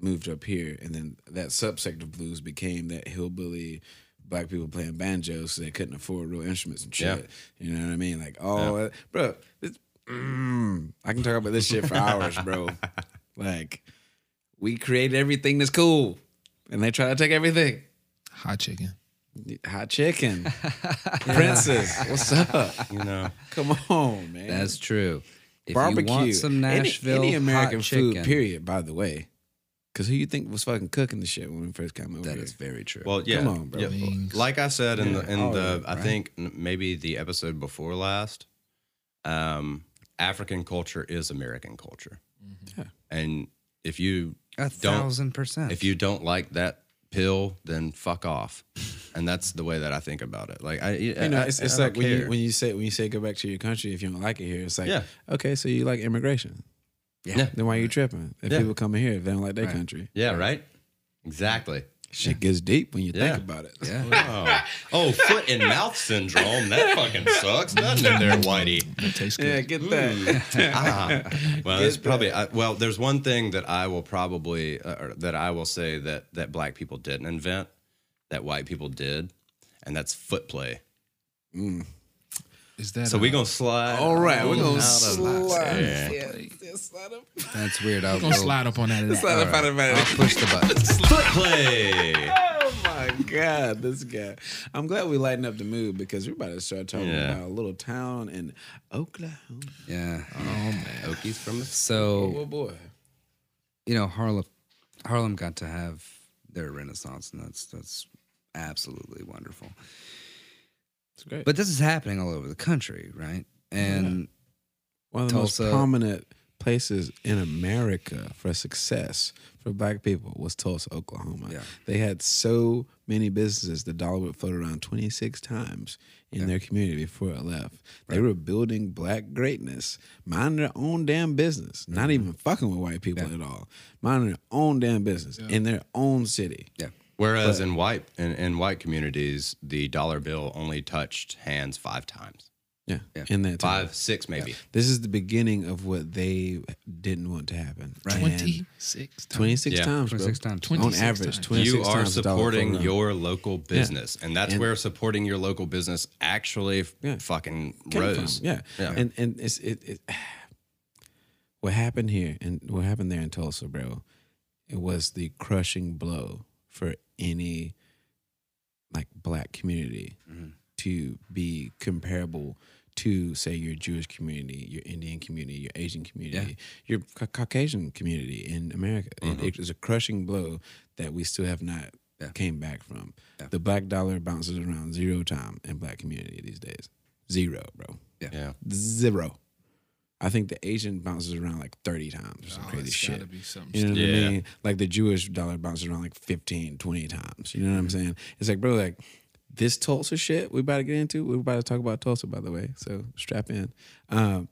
moved up here, and then that subsect of blues became that hillbilly black people playing banjo, so they couldn't afford real instruments and shit.
Yeah.
You know what I mean? Like, oh, bro, it's, mm, I can talk about this shit for hours, bro. Like, we created everything that's cool, and they try to take everything.
hot chicken.
Hot chicken, princess, what's up?
You know,
Come on, man.
that's true. If
barbecue.
you want some
Any-
Nashville
any, American
hot
food,
chicken,
period. By the way, because who you think was fucking cooking the shit when we first came over?
That
here?
is very true.
well, yeah.
Come on, Oh, bro.
yeah.
Wings.
Like I said in the, in
all
the
that,
I think n- maybe the episode before last, um, African culture is American culture.
Mm-hmm.
And if you
a thousand percent.
if you don't like that pill, then fuck off. And that's the way that I think about it. Like, I,
You know, it's, it's like when you, when you say when you say go back to your country if you don't like it here, it's like
Yeah.
okay, so you like immigration.
Yeah.
Then why are you tripping? If
Yeah.
people coming here, if they don't like their country,
yeah, right? Exactly.
shit gets deep when you
Yeah.
think about it.
yeah.
Oh. oh, foot and mouth syndrome. That fucking sucks, doesn't it, there, Whitey?
It tastes
Yeah,
good.
get that.
Ah. Well, it's probably I, well. There's one thing that I will probably uh, or that I will say that that black people didn't invent, that white people did, and that's foot play.
Is that
So
a,
we gonna slide.
All right, we're
on out
gonna
of-
slide.
Yeah.
Yeah, yeah, slide up.
That's weird. I'll,
we gonna slide up on that? of
Slide
that.
up out of it.
I'll push the button.
Foot play.
Oh my God, this guy. I'm glad we lighten up the mood because we're about to start talking
Yeah.
about a little town in Oklahoma.
Yeah.
Oh, Okies from the
So
Oh boy.
you know Harlem, Harlem got to have their renaissance, and that's that's absolutely wonderful.
It's great.
But this is happening all over the country, right? And
one of the
Tulsa.
most prominent places in America for success for black people was Tulsa, Oklahoma.
Yeah.
They had so many businesses, the dollar would float around 26 times in their community before it left. They were building black greatness, minding their own damn business, not even fucking with white people at all, minding their own damn business in their own city.
yeah,
Whereas in white in, in white communities, the dollar bill only touched hands five times.
Yeah. In that time.
Five, six, maybe.
This is the beginning of what they didn't want to happen. Right.
Twenty six.
26
Yeah.
times, bro.
26 times.
26
On average,
times.
26
you are
times a dollar for
supporting
them.
your local business, and that's
And-
where supporting your local business actually f-
Yeah.
fucking
came from.
rose.
Yeah.
Yeah.
And and it's it, it what happened here and what happened there in Tulsa, bro, it was the crushing blow for any like black community
Mm-hmm.
to be comparable to say your Jewish community, your Indian community, your Asian community, your Ca- Caucasian community in America.
Mm-hmm.
It, it was a crushing blow that we still have not came back from. The black dollar bounces around zero time in black community these days. Zero, bro.
Yeah.
Zero. I think the Asian bounces around like 30 times or some crazy
Oh, it's
shit.
gotta be something
you know what I
Yeah.
mean? Like the Jewish dollar bounces around like 15, 20 times. You know what I'm saying? It's like, bro, like this Tulsa shit we about to get into, we're about to talk about Tulsa, by the way. So strap in. Um,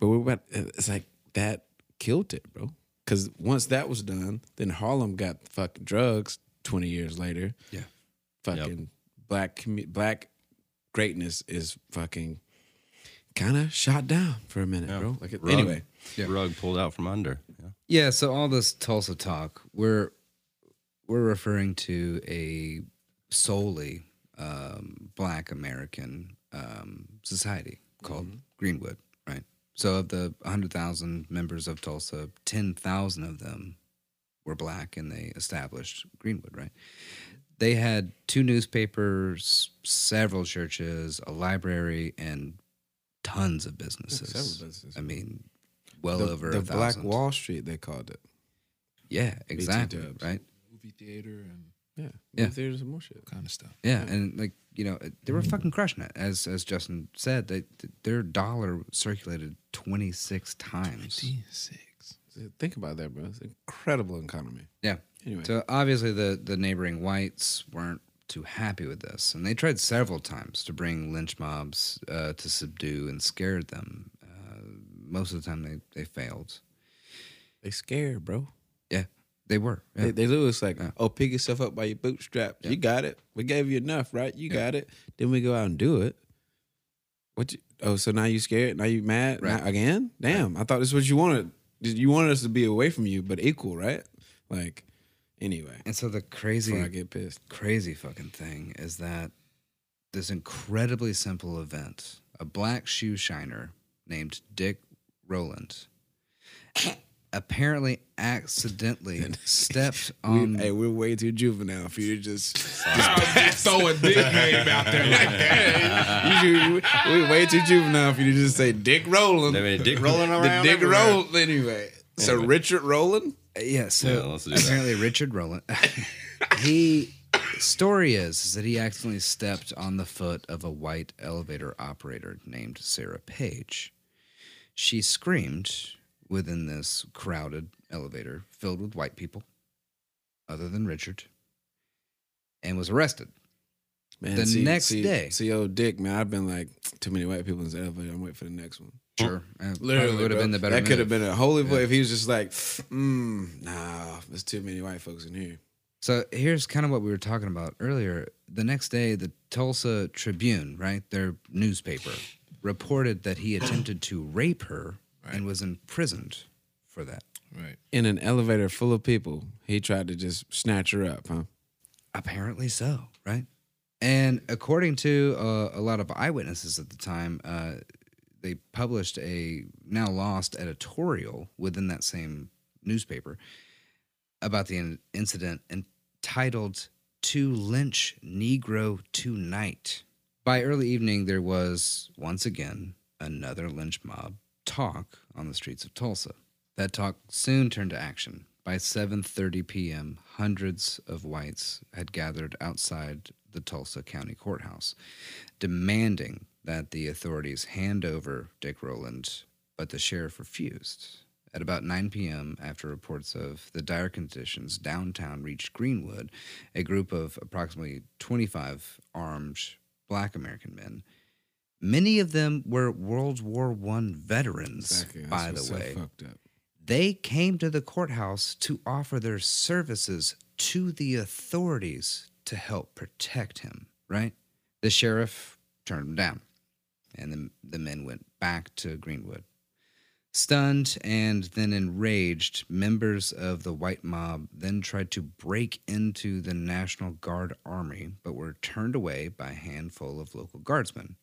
but we're about, it's like that killed it, bro. Because once that was done, then Harlem got fucking drugs 20 years later.
Yeah.
Fucking black, commu- black greatness is fucking kind of shot down for a minute, bro. Like,
Rug-
anyway.
rug pulled out from under. Yeah.
Yeah, so all this Tulsa talk, we're we're referring to a solely um, Black American um, society called
Mm-hmm.
Greenwood, right? So of the 100,000 members of Tulsa, 10,000 of them were black, and they established Greenwood, right? They had two newspapers, several churches, a library, and tons of businesses.
several businesses.
I mean, well
the,
over
the
a
Black
thousand.
Wall Street they called it.
Yeah, exactly.
dubs.
Right.
Movie theater and
Yeah,
Yeah.
There's some more shit.
kind of stuff.
Yeah, and like you know, it- they were fucking crushing it. As as Justin said, they, th- their dollar circulated twenty six times.
Six.
Think about that, bro. It's an incredible economy.
Yeah.
Anyway.
So obviously the the neighboring whites weren't too happy with this, and they tried several times to bring lynch mobs uh, to subdue and scare them. Uh, most of the time, they they failed.
They scared, bro.
Yeah, they were. Yeah.
They, they lose like, oh, pick yourself up by your bootstraps. You got it. We gave you enough, right? You got it. Then we go out and do it. What? You, oh, so now you scared? Now you mad? Now-
Right.
again? Damn! I thought this is what you wanted. You wanted us to be away from you, but equal, right? Like, anyway.
and so the
Before I
crazy
get pissed.
crazy fucking thing is that this incredibly simple event, a black shoe shiner named Dick Rowland apparently accidentally stepped on
hey, we're way too juvenile for you to just.
Throw a big name out there like that.
you, we're way too juvenile for you to just say Dick Rowland.
I mean, dick rolling
the
around.
Dick
everywhere.
Roll anyway. So Richard Rowland,
Uh, yeah,
Yeah,
so
let's do that.
apparently Richard Rowland he story is, is that he accidentally stepped on the foot of a white elevator operator named Sarah Page. She screamed within this crowded elevator filled with white people, other than Richard, and was arrested.
man.
The next day.
see old Dick, man. I've been like too many white people in this elevator. I'm waiting for the next one.
Sure, uh, probably
Literally,
would have
bro.
been the better.
That could have
move.
been a holy boy if he was just like, mm, nah, there's too many white folks in here.
So here's kind of what we were talking about earlier. The next day, the Tulsa Tribune, right, their newspaper, reported that he attempted to rape her and was imprisoned for that.
Right.
In an elevator full of people, he tried to just snatch her up, huh?
Apparently so, right? And according to uh, a lot of eyewitnesses at the time, uh, they published a now lost editorial within that same newspaper about the in- incident entitled To Lynch Negro Tonight. By early evening, there was once again another lynch mob talk on the streets of Tulsa. That talk soon turned to action. By 7:30 p.m., hundreds of whites had gathered outside the Tulsa County Courthouse, demanding that the authorities hand over Dick Rowland, but the sheriff refused. At about 9 p.m., after reports of the dire conditions downtown reached Greenwood, a group of approximately 25 armed black American men, many of them were World War I veterans,
That's
by
what's
the
so
way,
fucked up.
they came to the courthouse to offer their services to the authorities to help protect him, right? The sheriff turned him down. and the, the men went back to Greenwood. Stunned and then enraged, members of the white mob then tried to break into the National Guard army, but were turned away by a handful of local guardsmen.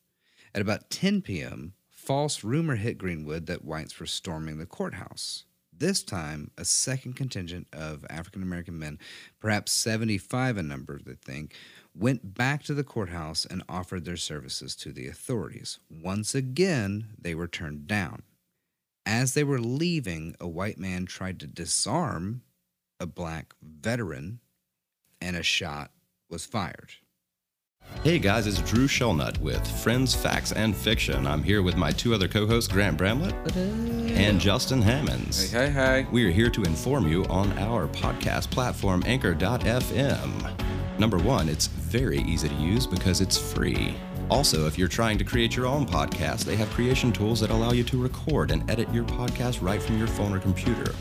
At about 10 p.m., false rumor hit Greenwood that whites were storming the courthouse. This time, a second contingent of African American men, perhaps 75 in number, they think, went back to the courthouse and offered their services to the authorities. Once again, they were turned down. As they were leaving, a white man tried to disarm a black veteran, and a shot was fired.
Hey guys, it's Drew Shelnut with Friends, Facts, and Fiction. I'm here with my two other co hosts, Grant Bramlett and Justin Hammonds.
Hey, hey.
We are here to inform you on our podcast platform, anchor.fm. Number one, it's very easy to use because it's free. Also, if you're trying to create your own podcast, they have creation tools that allow you to record and edit your podcast right from your phone or computer.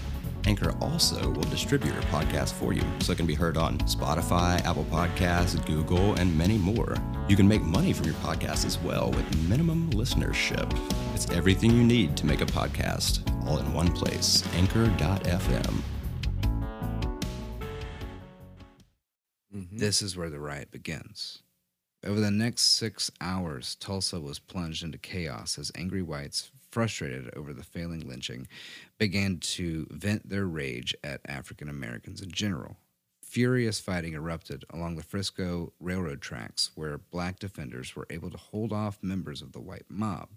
Anchor also will distribute your podcast for you, so it can be heard on Spotify, Apple Podcasts, Google, and many more. You can make money from your podcast as well with minimum listenership. It's everything you need to make a podcast, all in one place. Anchor.fm.
This is where the riot begins. Over the next six hours, Tulsa was plunged into chaos as angry whites, frustrated over the failing lynching, began to vent their rage at African Americans in general. Furious fighting erupted along the Frisco railroad tracks, where black defenders were able to hold off members of the white mob.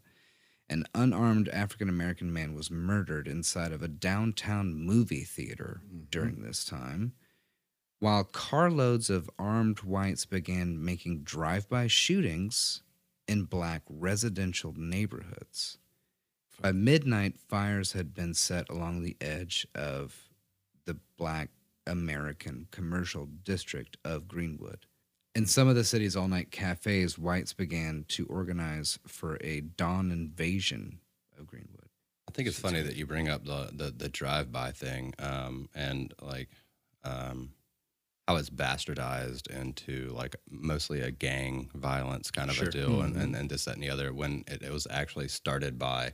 An unarmed African American man was murdered inside of a downtown movie theater during this time while carloads of armed whites began making drive by shootings in black residential neighborhoods. By midnight, fires had been set along the edge of the black American commercial district of Greenwood. In some of the city's all night cafes, whites began to organize for a dawn invasion of Greenwood.
I think it's funny that you bring up the the, the drive by thing um, and like um, how it's bastardized into like mostly a gang violence kind of a deal and, and, and this, that, and the other when it, it was actually started by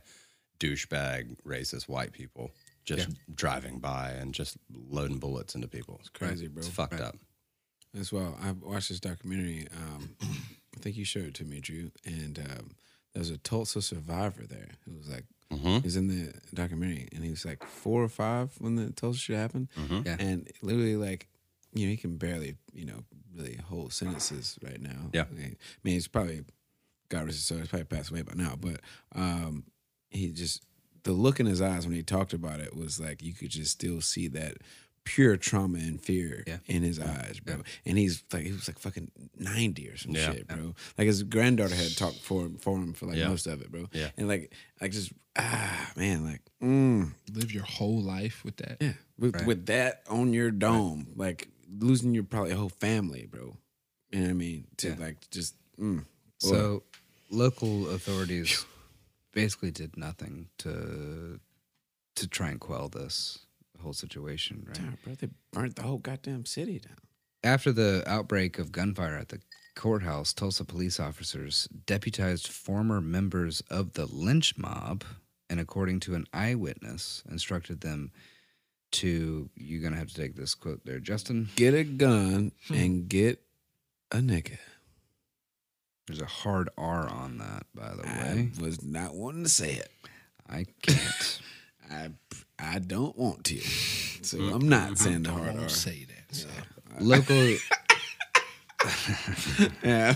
douchebag racist white people just driving by and just loading bullets into people. It's
crazy, bro.
It's fucked up.
as well. I watched this documentary. Um, I think you showed it to me, Drew. And um, there's a Tulsa survivor there who was like,
Mhm.
he's in the documentary, and he was like four or five when the Tulsa shit happened,
Yeah.
and literally like, you know, he can barely, you know, really hold sentences right now.
Yeah.
I mean, I mean, he's probably God rest his soul. He's probably passed away by now, but um, he just the look in his eyes when he talked about it was like you could just still see that pure trauma and fear
Yeah.
in his eyes, bro. And he's like he was like fucking ninety or some
Yeah.
shit, bro. Like his granddaughter had talked for him for him for like
Yeah.
most of it, bro.
Yeah.
And like like just ah man, like mm,
Live your whole life with that.
yeah. With
Right.
with that on your dome, like losing your probably whole family, bro. You know what I mean? To
Yeah.
like just mm. Boy.
So local authorities basically did nothing to to try and quell this whole situation, right?
Damn, bro, they burnt the whole goddamn city down.
After the outbreak of gunfire at the courthouse, Tulsa police officers deputized former members of the lynch mob and, according to an eyewitness, instructed them to you're going to have to take this quote there, Justin.
Get a gun and get a nigga.
There's a hard R on that, by the way.
I was not wanting to say it.
I can't.
I I don't want to. So I'm not saying the hard
Don't
R.
say that. son.
local
Yeah,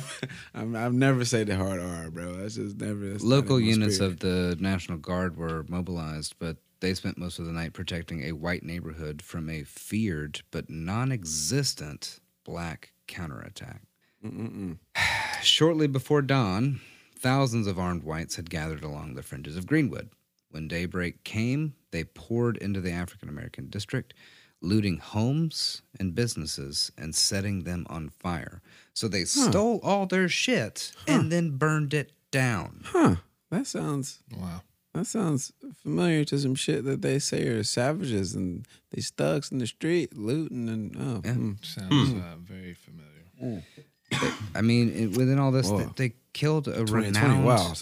I'm, I've never said the hard R, bro. That's just never. That's not
Local
in my
units
spirit.
of the National Guard were mobilized, but they spent most of the night protecting a white neighborhood from a feared but non existent black counterattack. Shortly before dawn, thousands of armed whites had gathered along the fringes of Greenwood. When daybreak came, they poured into the African American district, looting homes and businesses and setting them on fire. So they stole all their shit and then burned it down.
Huh. That sounds
Wow.
that sounds familiar to some shit that they say are savages and these thugs in the street looting and oh, mm.
Sounds uh, very familiar.
I mean, it, within all this, they,
Whoa.
they killed a
2020,
renowned
Wow,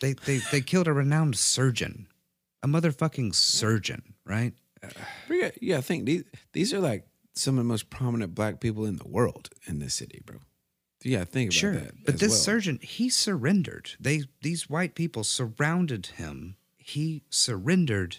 They they they killed a renowned surgeon, a motherfucking surgeon, right?
But yeah, yeah, I think these these are like some of the most prominent black people in the world in this city, bro. Yeah, think about
Sure,
that.
but
as
this
well.
surgeon he surrendered. They these white people surrounded him. He surrendered,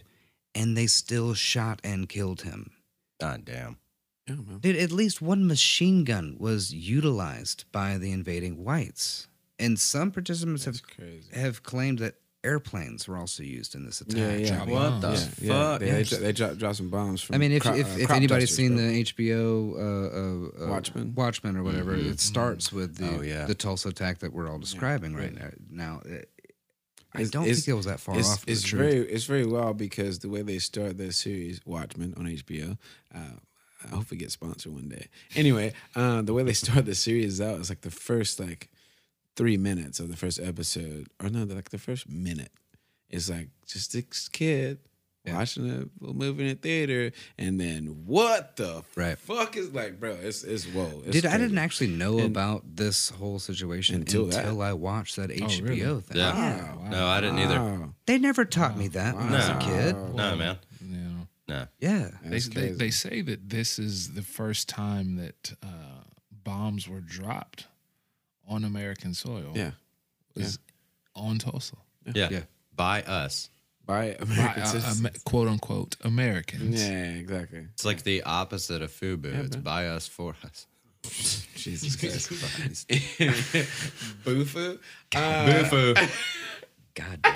and they still shot and killed him.
God damn.
Yeah, man.
Dude, at least one machine gun was utilized by the invading whites, and some participants
That's
have
crazy.
have claimed that airplanes were also used in this attack.
Yeah, yeah.
Drop What the
Yeah, yeah.
bombs.
They, they, dro- they dropped drop some bombs from
I mean, if
cro-
if,
uh,
if
crop
anybody's
dusters,
seen
bro.
the HBO uh, uh, uh,
Watchmen. Mm-hmm.
Watchmen or whatever, it starts with the
Oh, yeah.
the Tulsa attack that we're all describing right now. Now, it, I
It's-
don't
it's-
think it was that far
it's,
off. From
It's
the truth.
very it's very wild because the way they start their series Watchmen on HBO. Uh, I hope we get sponsored one day. Anyway, uh, the way they start the series out is like the first like three minutes of the first episode, or no, like the first minute is like just this kid. Watching a little movie in a theater, and then what the
Right.
fuck is like, bro? It's it's whoa. It's
Did I
crazy.
didn't actually know about this whole situation until,
Until that. Oh,
I watched that HBO
really?
thing.
Yeah. No, I didn't either.
Wow.
They never taught
Oh,
me that when I was a
Wow.
kid.
No, man.
Yeah.
No.
Yeah.
They,
That's
they,
crazy.
they say that this is the first time that uh, bombs were dropped on American soil.
yeah.
was on Tulsa.
Yeah.
Yeah.
By us.
By
By,
American
uh,
citizens.
Am- quote unquote Americans.
Yeah, exactly.
It's like the opposite of FUBU. it's by us for us.
Jesus Christ.
Christ.
Boofu.
Boo-foo.
God damn.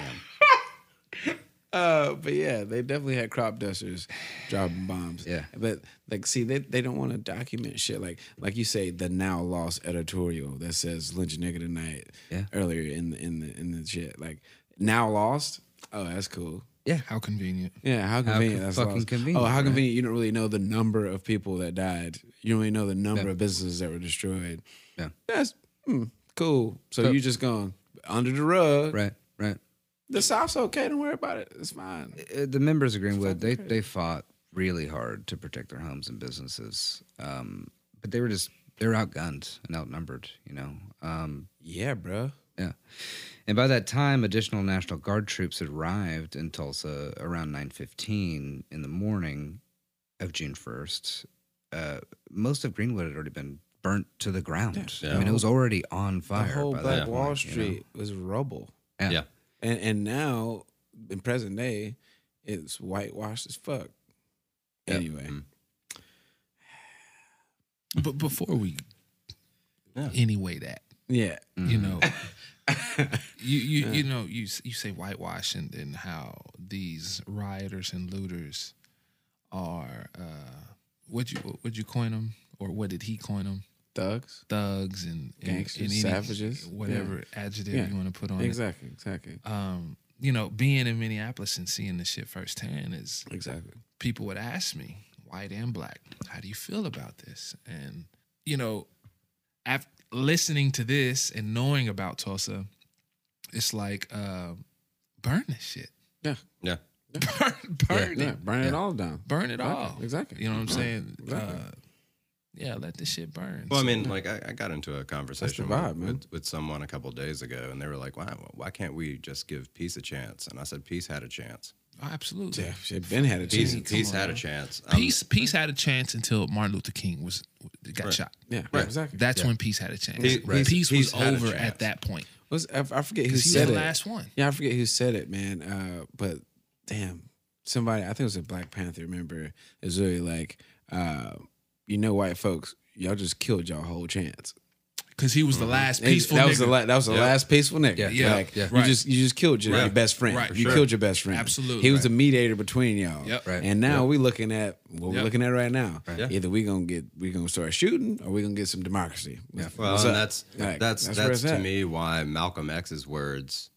Uh, but yeah, they definitely had crop dusters dropping bombs.
Yeah.
But like, see, they, they don't want to document shit like like you say the now lost editorial that says lynch a nigga tonight.
Yeah.
Earlier in the in the in the shit like now lost. Oh, that's cool.
How convenient.
Yeah, how convenient.
con-
that's
fucking
lost.
convenient,
Oh, how
right?
convenient. You don't really know the number of people that died. You don't really know the number of businesses that were destroyed.
Yeah.
That's hmm, cool. So
So-
you just gone under the rug.
Right, right.
The South's okay. Don't worry about it. It's fine.
Uh, the members of Greenwood, they they fought really hard to protect their homes and businesses. Um, but they were just they were outgunned and outnumbered, you know. Um,
Yeah, bro.
yeah. And by that time, additional National Guard troops had arrived in Tulsa around 9:15 in the morning of June 1st. Uh, most of Greenwood had already been burnt to the ground. I mean, it was already on
The
fire.
whole
by
Black
that
Wall
point, you know?
Street was rubble,
Yeah.
yeah.
and and now in present day, it's whitewashed as fuck.
Yep.
Anyway,
But before we
Yeah.
anyway that,
yeah,
you know, you you you know you s- you say whitewash and, and how these rioters and looters are uh, what you would you coin them or what did he coin them
thugs.
thugs and, and
Gangsters,
and any-
savages.
whatever adjective
Yeah.
you want to put on it.
Exactly, exactly,
Um, you know, being in Minneapolis and seeing this shit firsthand is
exactly.
people would ask me, white and black, how do you feel about this? And you know, after listening to this and knowing about Tulsa, it's like uh, burn this shit,
Yeah,
Yeah.
burn, burn
yeah.
it,
Burn it all down.
burn it
Burn it.
all.
Exactly.
You know what I'm
Burn it.
saying?
Exactly.
Uh, yeah, let this shit burn.
Well, I
So-
mean, like I, I got into a conversation with-
vibe,
with,
man.
with, someone a couple days ago, and they were like, "Why, why can't we just give peace a chance?" And I said, "Peace had a chance.
oh, absolutely.
Yeah, shit, Ben had a
Peace,
chance.
peace had a chance. Um,
Peace, peace had a chance until Martin Luther King was got shot.
Yeah, exactly.
That's when peace had a chance.
Peace- right.
Peace,
Peace
was
had a
over
chance.
at that point.
Was I, I forget who
'Cause he was
said
the
it.
last one.
Yeah, I forget who said it, man. Uh, but damn, somebody I think it was a Black Panther. Remember, is really like, uh, you know, white folks, y'all just killed y'all whole chance.
Because he was the last peaceful.
that was the
nigga.
la- that was the last peaceful nigga.
Yeah.
Yeah.
like,
Yeah.
you
Right.
just you just killed your, your best friend.
Right.
You
Sure.
killed your best friend.
Absolutely.
he was the mediator between y'all.
Yep.
Right.
And now we looking at what we're
Yep.
looking at right now.
Yeah.
Either we gonna get we gonna start shooting or we gonna get some democracy.
Well,
What's
and
up?
that's,
Like,
that's
that's
that's
where it's
to
at.
me why Malcolm X's words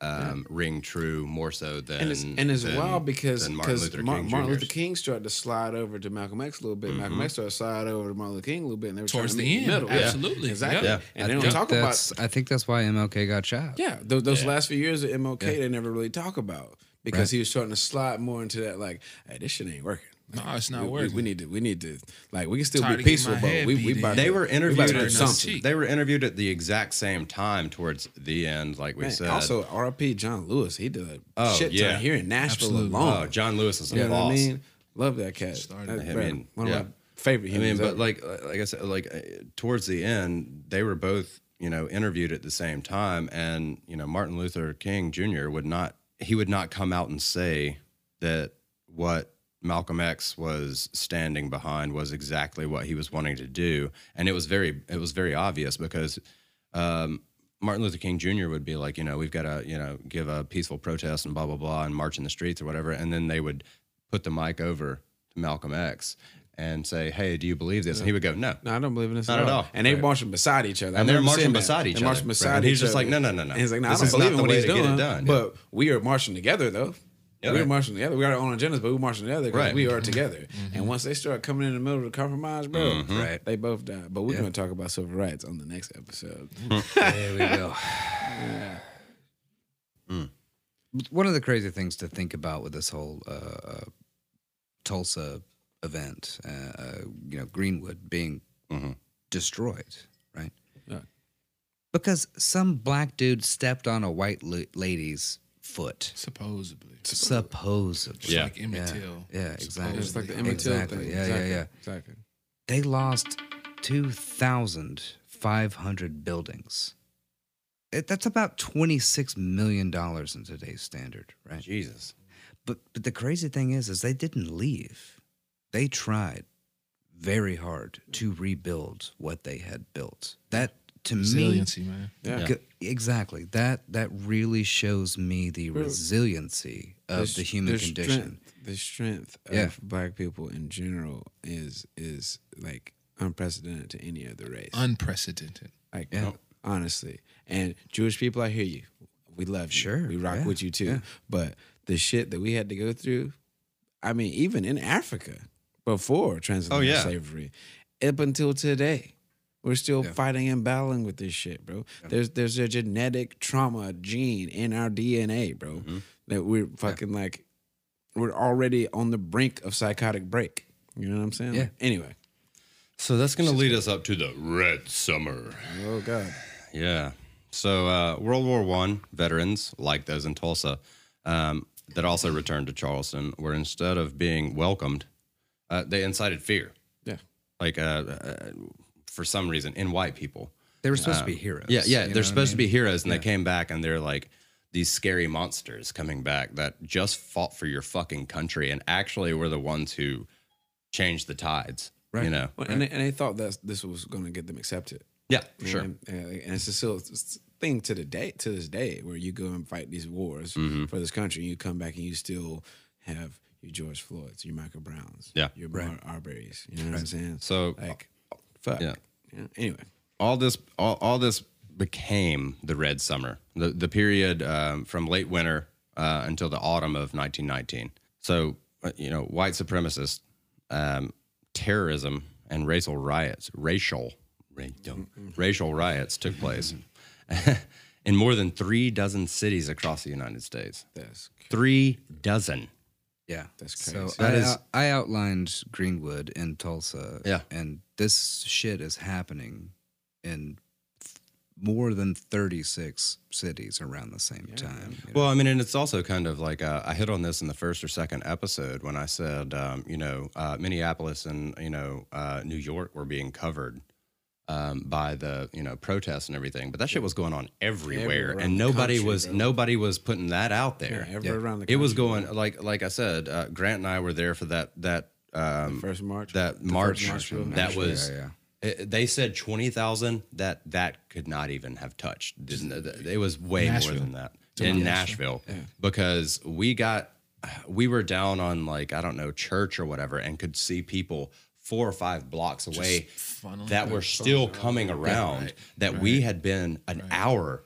um, ring true more so than
and it's and it's
than-
wild because
than Martin
because
Luther King.
Martin,
Jr.'s.
Luther King started to slide over to Malcolm X a little bit. Malcolm X started to slide over to Martin Luther King a little bit, and they were
Towards
trying to
the
meet
end,
middle.
absolutely.
exactly.
Yeah.
And they
I
don't
think
talk about
that's- I think that's why MLK got shot.
yeah those, those last few years of MLK they never really talk about because he was starting to slide more into that like hey, this shit ain't working.
No, it's not
we, we-
worth
we
it.
need to. We need to. Like we can still
Tired
be
of getting
peaceful,
my
but
head
we
beat
we
in.
about
They
to,
were
we about
interviewed
to
turn
do
at
us
something.
cheek.
They were interviewed at the exact same time towards the end, like we
Man,
said. Uh,
also, RP John Lewis. He did a
Oh,
shit ton
yeah.
here in Nashville
Absolutely.
alone.
oh, John Lewis is a
you know
boss.
what I mean? Love that cat.
Started
That-
him
bro,
in,
one
yeah.
of my favorite
I mean,
humans.
but like like I said, like uh, towards the end, they were both you know interviewed at the same time, and you know Martin Luther King Jr. would not he would not come out and say that what Malcolm X was standing behind was exactly what he was wanting to do, and it was very it was very obvious because. Um, Martin Luther King Jr. would be like, you know, we've got to, you know, give a peaceful protest and blah blah blah and march in the streets or whatever, and then they would put the mic over to Malcolm X and say, "Hey, do you believe this?" And he would go, "No."
no, I don't believe in this
Not
at
at
all.
all.
And they
Right.
marching beside each other. I
And they're
remember
marching
seeing that.
beside each
They're marching
other,
beside
right? And
each
he's just
other.
like, no, no, no, no.
And he's like, no,
This
I
is
don't
not
believe in
the
what
way
he's
to get it
doing.
done.
But we are marching together, though.
Yeah,
we're
right.
marching together. We got our own agendas, but we're marching together because
Right. Mm-hmm.
we are together. And once they start coming in the middle of the compromise, bro,
Mm-hmm.
Right.
they both die. But we're going to talk about civil rights on the next episode.
Mm-hmm.
There we go. One of the crazy things to think about with this whole uh, uh, Tulsa event, uh, uh, you know, Greenwood being
Mhm.
destroyed, right?
Yeah.
Because some black dude stepped on a white la- lady's foot,
Supposedly.
supposedly.
Yeah.
Like Emmett
Yeah.
Till.
Yeah, exactly.
It's like the
Supposedly.
Emmett Till
Exactly.
thing.
Yeah, yeah,
exactly.
yeah.
Exactly.
They lost 2,500 buildings. It- That's about $26 million in today's standard, right?
Jesus.
But, but the crazy thing is, is they didn't leave. They tried very hard to rebuild what they had built. That, to me,
Resiliency, man.
Yeah.
G- Exactly. That that really shows me the resiliency of the,
s-
human
strength-
condition.
the strength of
Yeah.
black people in general is is like unprecedented to any other race.
Unprecedented.
like
Yeah.
no, honestly. And Jewish people, I hear you. We love you.
Sure,
We rock
yeah,
with you too.
yeah.
But the shit that we had to go through, I mean, even in Africa before transatlantic
yeah.
slavery, up until today. We're still
Yeah.
fighting and battling with this shit, bro. There's there's a genetic trauma gene in our DNA, bro.
Mm-hmm.
That we're fucking like we're already on the brink of psychotic break. You know what I'm saying?
Yeah.
Like, anyway.
So that's going to lead us up to the Red Summer.
Oh God.
Yeah. So uh, World War One veterans, like those in Tulsa, um, that also returned to Charleston, were instead of being welcomed, uh, they incited fear.
Yeah.
Like uh, uh, for some reason in white people.
They were supposed to be heroes.
Yeah,
you
yeah.
know
They're
what I
supposed to
mean?
be heroes, and they came back, and they're like these scary monsters coming back that just fought for your fucking country, and actually were the ones who changed the tides. You know?
Well, and, they, and they thought that this was going to get them accepted.
Yeah, for
You
sure.
know, And, and it's a still it's a thing to the day to this day where you go and fight these wars
Mm-hmm.
for this country, and you come back and you still have your George Floyds, your Michael Browns,
Yeah.
your Bar- Arbery's. You know what I'm saying?
So-
like, fuck.
Yeah.
Yeah. Anyway,
all this all, all this became the red summer the, the period um, from late winter uh, until the autumn of 1919 so uh, you know white supremacists um, terrorism and racial riots racial racial, racial riots took place in more than three dozen cities across the united states
that's
three dozen
Yeah,
That's
So
crazy.
I,
That is-
I outlined Greenwood in Tulsa.
Yeah.
and this shit is happening in f- more than thirty six cities around the same time. you know?
Well, I mean, and it's also kind of like uh, I hit on this in the first or second episode when I said, um, you know, uh, Minneapolis and you know uh, New York were being covered um, by the you know protests and everything, but that shit was going on
Everywhere
everywhere,
around
and
the
nobody
country,
was
bro.
nobody was putting that out there.
everywhere around the
it was
country.
going like like I said, uh, Grant and I were there for that that um,
first March.
that
The first
march,
March, bro.
that was
Yeah, yeah.
it- they said 20,000 that that could not even have touched didn't it It was way
Nashville.
more than that in Nashville because we got we were down on like I don't know church or whatever and could see people four or five blocks away
funneling
that were still coming around that we had been an hour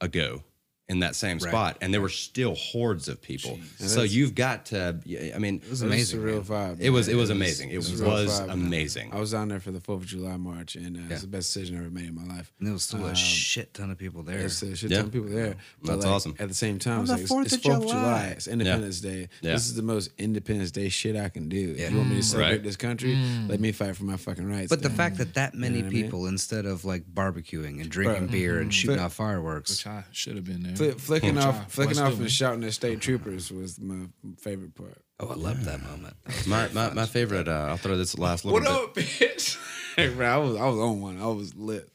ago in that same spot, and there were still hordes of people. So you've got to. yeah, I mean, it was
It's a real vibe.
It was
man.
it was amazing. It was,
a real vibe.
amazing.
I was down there for the Fourth of July march, and uh, it was the best decision I ever made in my life.
And there was still a shit ton of people there.
There's a shit
Yeah.
ton of people there.
That's
like,
awesome.
At the same time, it's
the
like, it's
4th
it's
of
4th of
July.
July. It's Independence Day.
Yeah.
This is the most Independence Day shit I can do. If you want me to celebrate
Right.
this country, let me fight for my fucking rights.
Mm. But the
man.
fact that that many
what I mean?
people, instead of like barbecuing and drinking beer and shooting off fireworks,
Which I should have been there.
Fli- flicking
Which I-
off, flicking
West
off,
Philly.
and shouting at state troopers was my favorite part.
oh, I love that moment.
my, my my favorite. Uh, I'll throw this last little bit.
bitch? hey, bro, I was I was on one. I was lit.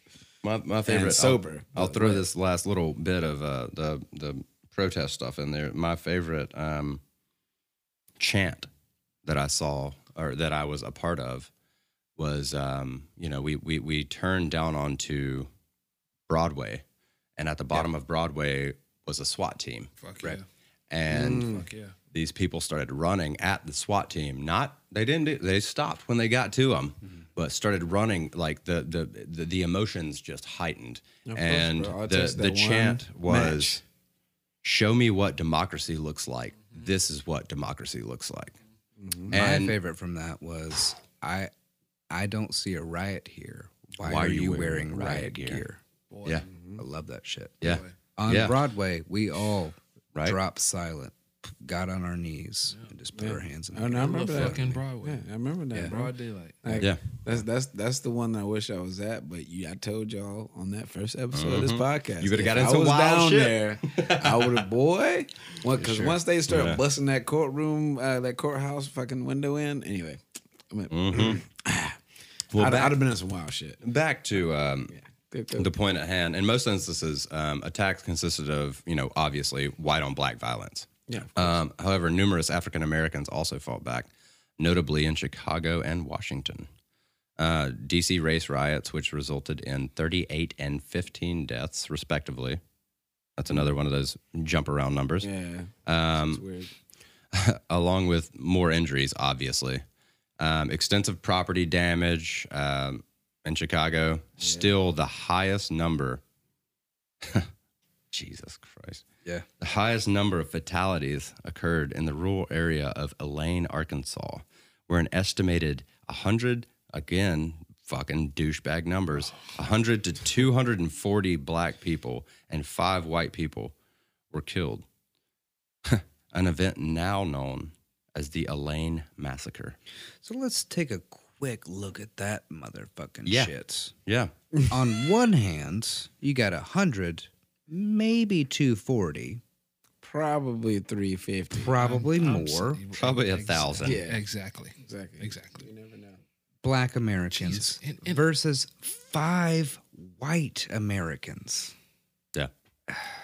My, my favorite. I'll-
sober,
I'll, throw this last little bit of uh, the the protest stuff in there. My favorite um, chant that I saw or that I was a part of was um, you know we we we turned down onto Broadway, and at the bottom of Broadway was a SWAT team,
Fuck yeah.
and
Mm.
Fuck yeah.
these people started running at the SWAT team. Not they didn't do, they stopped when they got to them,
Mm-hmm.
but started running like the the the, the emotions just heightened.
course,
and
bro. I'll
the
test that
the
one
chant was
match.
show me what democracy looks like.
Mm-hmm.
This is what democracy looks like.
my
And
favorite from that was I I don't see a riot here. Why, are you wearing, riot gear?
yeah,
I love that shit.
yeah.
On
Yeah.
Broadway, we all
Right.
dropped silent, p- got on our knees, and just put our hands in the
I, know, I
air.
remember that.
Fucking Broadway.
Yeah, I remember that. bro.
Broad daylight.
Like,
Yeah.
that's that's that's the one that I wish I was at. But you, I told y'all on that first episode of this podcast,
Mm-hmm. You
if
would've got
I
into
was
wild
down
shit.
there. I would have, boy, because once they start busting that courtroom, uh, that courthouse fucking window in. Anyway, I mean,
Mm-hmm.
I'd, I'd have been in some wild shit.
Back to um,
Good, good.
the point at hand. In most instances, um, attacks consisted of you know obviously white on black violence.
yeah,
Um, however, numerous African Americans also fought back, notably in Chicago and Washington. Uh, DC race riots, which resulted in 38 and 15 deaths, respectively. That's another one of those jump around numbers,
yeah, it's
um,
weird.
along with more injuries, obviously. Um, extensive property damage um, in Chicago, still the highest number. Jesus Christ.
Yeah.
The highest number of fatalities occurred in the rural area of Elaine, Arkansas, where an estimated 100, again, fucking douchebag numbers, 100 to 240 black people and five white people were killed. an event now known as the Elaine Massacre.
So let's take a quick look at that motherfucking
Yeah.
shit.
Yeah.
on one hand, you got a hundred, maybe two forty,
Probably three fifty.
probably
I'm
more
s-
Probably a
ex-
thousand.
Yeah.
Exactly.
Exactly.
Exactly.
You never know.
black Americans
Jesus, and- and-
versus five white Americans.
Yeah.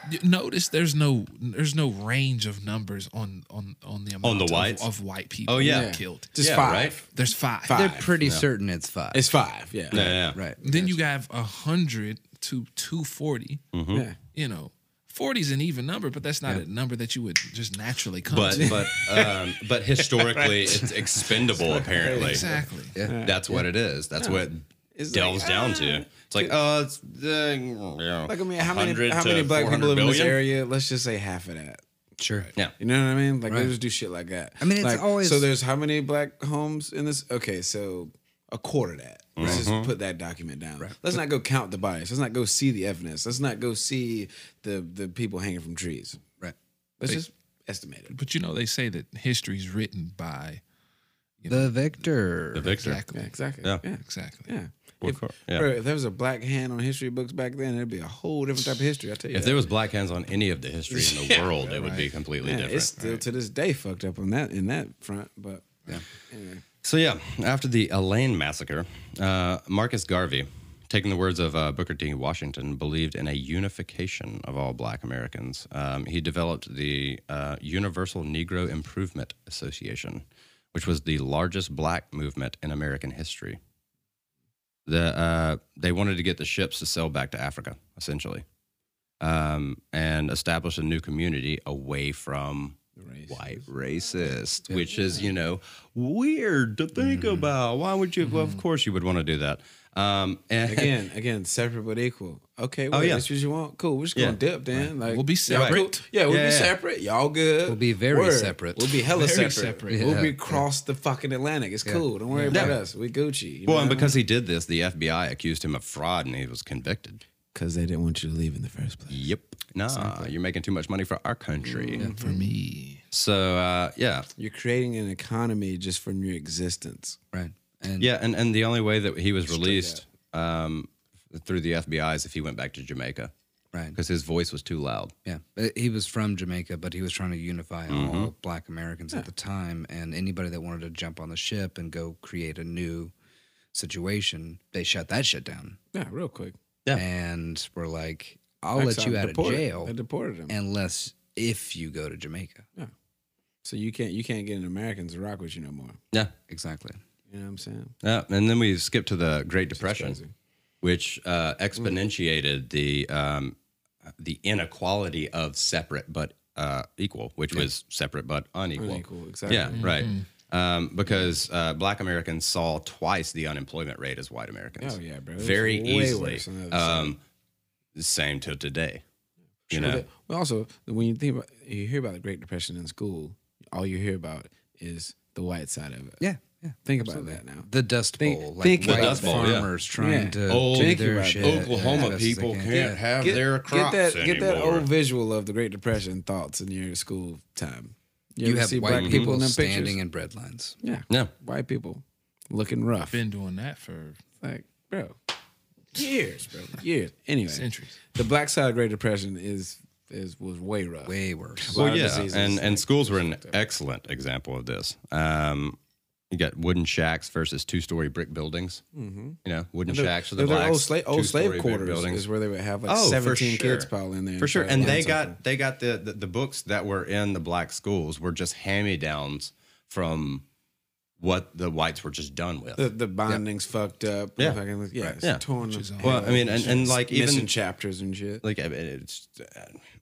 You Notice there's no there's no range of numbers on on on the amount
the
of-
whites?
of, white people
Oh, yeah.
killed.
Just
Yeah,
five.
right?
There's five.
Five.
They're pretty certain it's five.
It's five. Yeah.
Yeah. yeah.
right.
Then you have a hundred to two forty.
Mm-hmm.
Yeah.
You know, forty is an even number, but that's not a number that you would just naturally come
But
to.
but um, but historically, it's expendable. Apparently,
exactly.
That's what it is. That's what it
It's
delves
like,
down
ah.
to. It's like, oh, it's the you know,
Like I mean, how many
100
how
to
many black people
400
live in this
billion?
area? Let's just say half of that.
Sure.
Yeah,
You know what I mean? Like they just do shit like that. I
mean, it's
like,
always-
so. There's how many black homes in this? Okay, so a quarter of that. Let's
Mm-hmm.
just put that document down. Let's not go count the bodies. Let's not go see the evidence. Let's not go see the the people hanging from trees.
Right.
Let's just estimate it.
But you know, they say that history's written by
The victor.
the victor.
exactly,
Yeah, exactly.
Yeah.
Yeah.
exactly.
yeah.
Well,
If,
cor- yeah.
bro, if there was a black hand on history books back then, it'd be a whole different type of history. I tell you.
If
that.
there was black hands on any of the history in the world, it would be completely
Yeah,
different.
it's still to this day fucked up on that in that front. But yeah, anyway,
So yeah, after the Elaine massacre, uh, Marcus Garvey, taking the words of uh, Booker T. Washington, believed in a unification of all Black Americans. Um, he developed the uh, Universal Negro Improvement Association, which was the largest Black movement in American history. The uh, they wanted to get the ships to sail back to Africa, essentially, um, and establish a new community away from
the race.
white racist,
Mm-hmm.
which is you know weird to think about. Why would you? Well, of course you would want to do that. Um, and
Again, again, separate but equal. Okay, well,
yeah.
that's what you want. Cool. We're just
Yeah.
gonna dip, then. Like
We'll be
y'all cool?
separate.
Yeah, we'll
Yeah,
be
yeah.
separate. Y'all good.
We'll be very separate.
We'll be hella
Very
separate.
separate.
We'll
Yeah,
be
yeah.
across the fucking Atlantic. It's cool. Don't worry about us. We Gucci.
well, and because he did this, the FBI accused him of fraud, and he was convicted.
because they didn't want you to leave in the first place.
Yep. Nah, you're making too much money for our country.
for me.
So uh, yeah,
You're creating an economy just from your existence.
Right. And
yeah, and, and the only way that he was released um, through the FBI is if he went back to Jamaica
right.
because his voice was too loud.
Yeah, Uh, he was from Jamaica, but he was trying to unify
Mm-hmm.
all Black Americans at the time, and anybody that wanted to jump on the ship and go create a new situation, they shut that shit down,
Yeah, real quick.
Yeah.
and were like, "I'll
Exile-
let you out
deported.
of jail
They deported him.
unless if you go to Jamaica."
so you can't you can't get an American to rock with you no more.
Yeah,
Exactly.
You know what I'm saying?
yeah. And then we skipped to the Great Depression.
crazy.
which uh, exponentiated the um, the inequality of separate but uh, equal, which was separate but unequal.
Unequal, exactly.
Yeah, right. Um, because uh, Black Americans saw twice the unemployment rate as white Americans.
Oh, yeah, bro. It was
Very
way
easily.
worse on the other side.
Um, same till today. You
Well,
know,
that- Well, also when you think about you hear about the Great Depression in school, all you hear about is the white side of it.
Yeah, yeah.
Think about that now.
The Dust Bowl,
Think-
like
think
white
about that.
farmers trying
Yeah.
to
Old
do
think
their
about
shit.
that.
as best as they can. Yeah.
have
that get that old visual of the Great Depression thoughts in your school time.
You,
ever
have
see
white
black
people
people in them
standing
pictures?
in bread lines.
yeah,
Yeah.
white people looking rough.
Been doing that for
Like, bro, years, bro, years. Anyway,
centuries.
the black side of Great Depression is is was way rough.
Way worse.
Well,
Well, yeah,
diseases,
and and schools were an excellent example of this. Um, you got wooden shacks versus two-story brick buildings. Mm-hmm. You know, wooden
The-
shacks for the
the- the
blacks,
old, sla- old
two-story
slave
brick
quarters
buildings.
is where they would have like
Oh, for
17 kids
sure.
pile in there.
for sure.
try to
And
learn
they
something.
got they got the, the the books that were in the black schools were just hand-me-downs from what the whites were just done with.
the, the bindings fucked up.
Yeah.
fucking, yeah, it's
Yeah.
torn. up.
Well, I mean, and, and like
missing
even
chapters and shit.
like I mean, it's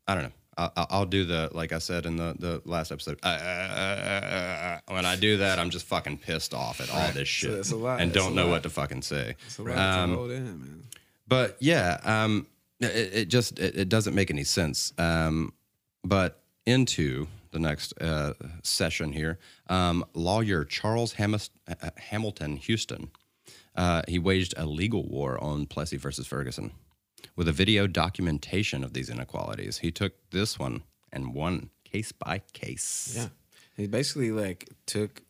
I don't know. I'll, I'll- I'll do the like I said in the the last episode. Uh, uh, uh, uh, uh, when I do that, I'm just fucking pissed off at all this shit
it's a lot.
and
It's
don't
a
know
lot.
what to fucking say.
It's a lot to
Um,
hold in, man.
but yeah, um, it, it just it, it doesn't make any sense. Um, but into the next uh, session here, um, lawyer Charles Hamis- uh, Hamilton Houston, uh, he waged a legal war on Plessy versus Ferguson with a video documentation of these inequalities. He took this one and won case by case.
Yeah, he basically like took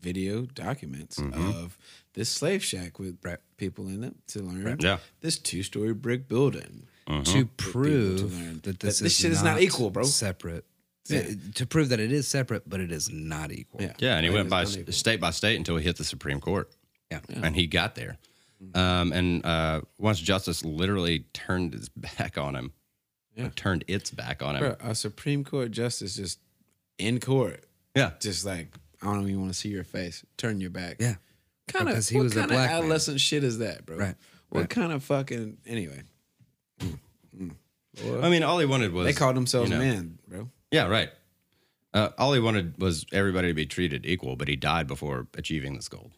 video documents
Mm-hmm.
of this slave shack with people in it to learn.
Yeah.
this two-story brick building.
to
learn
prove that this,
that this
is
shit is not equal, bro.
Separate.
Yeah.
Uh, To prove that it is separate, but it is not equal.
Yeah.
Yeah, and he
Like,
went
it's
by s-
unequal.
state by state until he hit the Supreme Court.
Yeah.
and he got there. Um, and uh, once justice literally turned his back on him,
Yeah.
or turned its back on him.
Bro, a Supreme Court justice just in court,
Yeah,
just like I don't even want to see your face. Turn your back.
Yeah.
kind of
Because he
what
was a
kind
black
of
man.
adolescent shit is that, bro?
Right,
What
right.
kind of fucking anyway?
I mean, all he wanted was
They call themselves
you know-
men, bro.
Yeah, right. Uh, all he wanted was everybody to be treated equal, but he died before achieving this goal.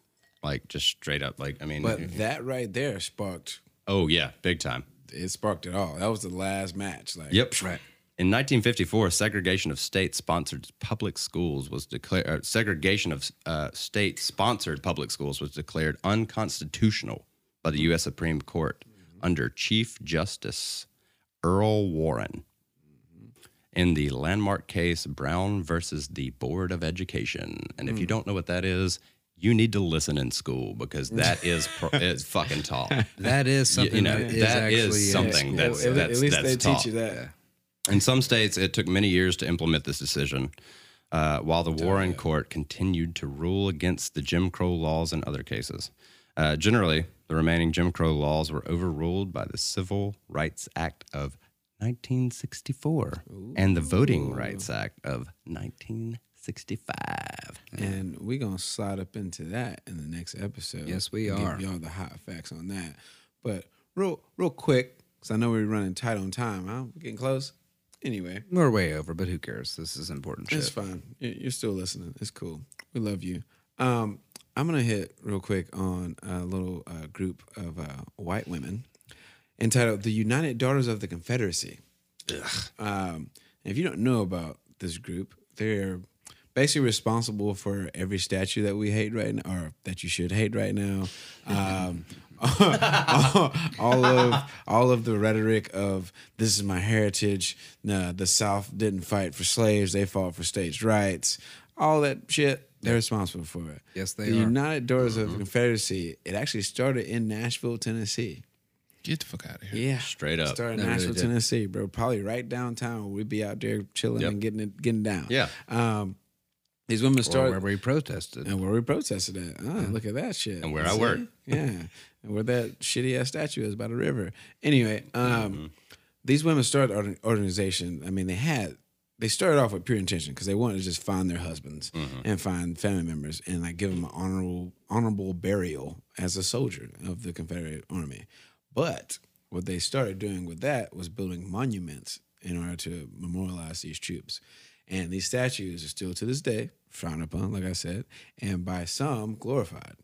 Like just straight up, like I mean,
But that right there sparked
oh yeah, big time.
it sparked it all. That was the last match. Like
Yep.
Right.
In 1954, segregation of state-sponsored public schools was declared. Uh, segregation of uh, state-sponsored public schools was declared unconstitutional by the U.S. Supreme Court
Mm-hmm.
under Chief Justice Earl Warren
Mm-hmm.
in the landmark case Brown versus the Board of Education. And
Mm.
if you don't know what that is, you need to listen in school because that is pro- it's fucking tall.
That is
You,
something
you know
that is
that
actually uh,
is
in
something
school.
that's
At,
that's
at least
that's
they
taught.
teach you that.
In some states, it took many years to implement this decision, uh, while the Warren Court continued to rule against the Jim Crow laws in other cases. Uh, generally, the remaining Jim Crow laws were overruled by the Civil Rights Act of 1964 and the Voting Rights Act of 1965.
And we're gonna slide up into that in the next episode.
Yes, we
and
are.
Give y'all the hot facts on that. But real real quick, because I know we're running tight on time, huh? We're getting close. Anyway,
We're way over, but who cares? This is important shit.
It's fine. You- You're still listening. It's cool. We love you. Um, I'm gonna hit real quick on a little uh, group of uh, white women entitled "The United Daughters of the Confederacy." Um, if you don't know about this group, they're basically responsible for every statue that we hate right now, or that you should hate right now. Um, all, all of all of the rhetoric of this is my heritage. Nah, the South didn't fight for slaves; they fought for states' rights. All that shit, they're responsible for it.
Yes, they
the
are. Mm-hmm.
United Daughters of the Confederacy. It actually started in Nashville, Tennessee.
Get the fuck out of here.
Yeah,
Straight up.
Started
They
in
really
Nashville,
did.
Tennessee, bro. Probably right downtown. We'd be out there chilling
Yep.
and getting it, getting down.
Yeah.
Um, these women
Or
started
wherever he protested.
and where we protested at. Ah, look at that shit.
And where I work.
Yeah. And where that shitty ass statue is by the river. Anyway, um,
Mm-hmm.
these women started an organization. I mean, they had they started off with pure intention because they wanted to just find their husbands
Mm-hmm.
and find family members and like give them an honorable honorable burial as a soldier of the Confederate Army. But what they started doing with that was building monuments in order to memorialize these troops. And these statues are still to this day frowned upon, like I said, and by some glorified.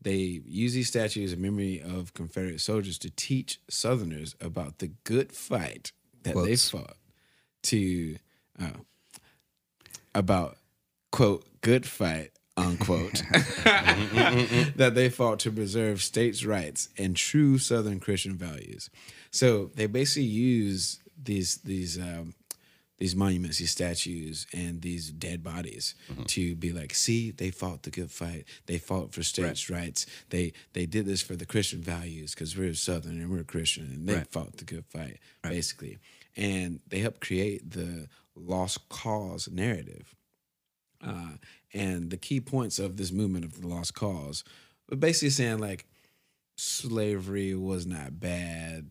They use these statues in memory of Confederate soldiers to teach Southerners about the good fight that they
Quotes.
fought to uh, about quote good fight unquote that they fought to preserve states' rights and true Southern Christian values. So they basically use these these um, these monuments, these statues, and these dead bodies to be like, see, they fought the good fight. They fought for states' rights. They they did this for the Christian values because we're Southern and we're Christian, and they fought the good fight basically. And they helped create the lost cause narrative. Uh, and the key points of this movement of the lost cause, but basically saying like slavery was not bad,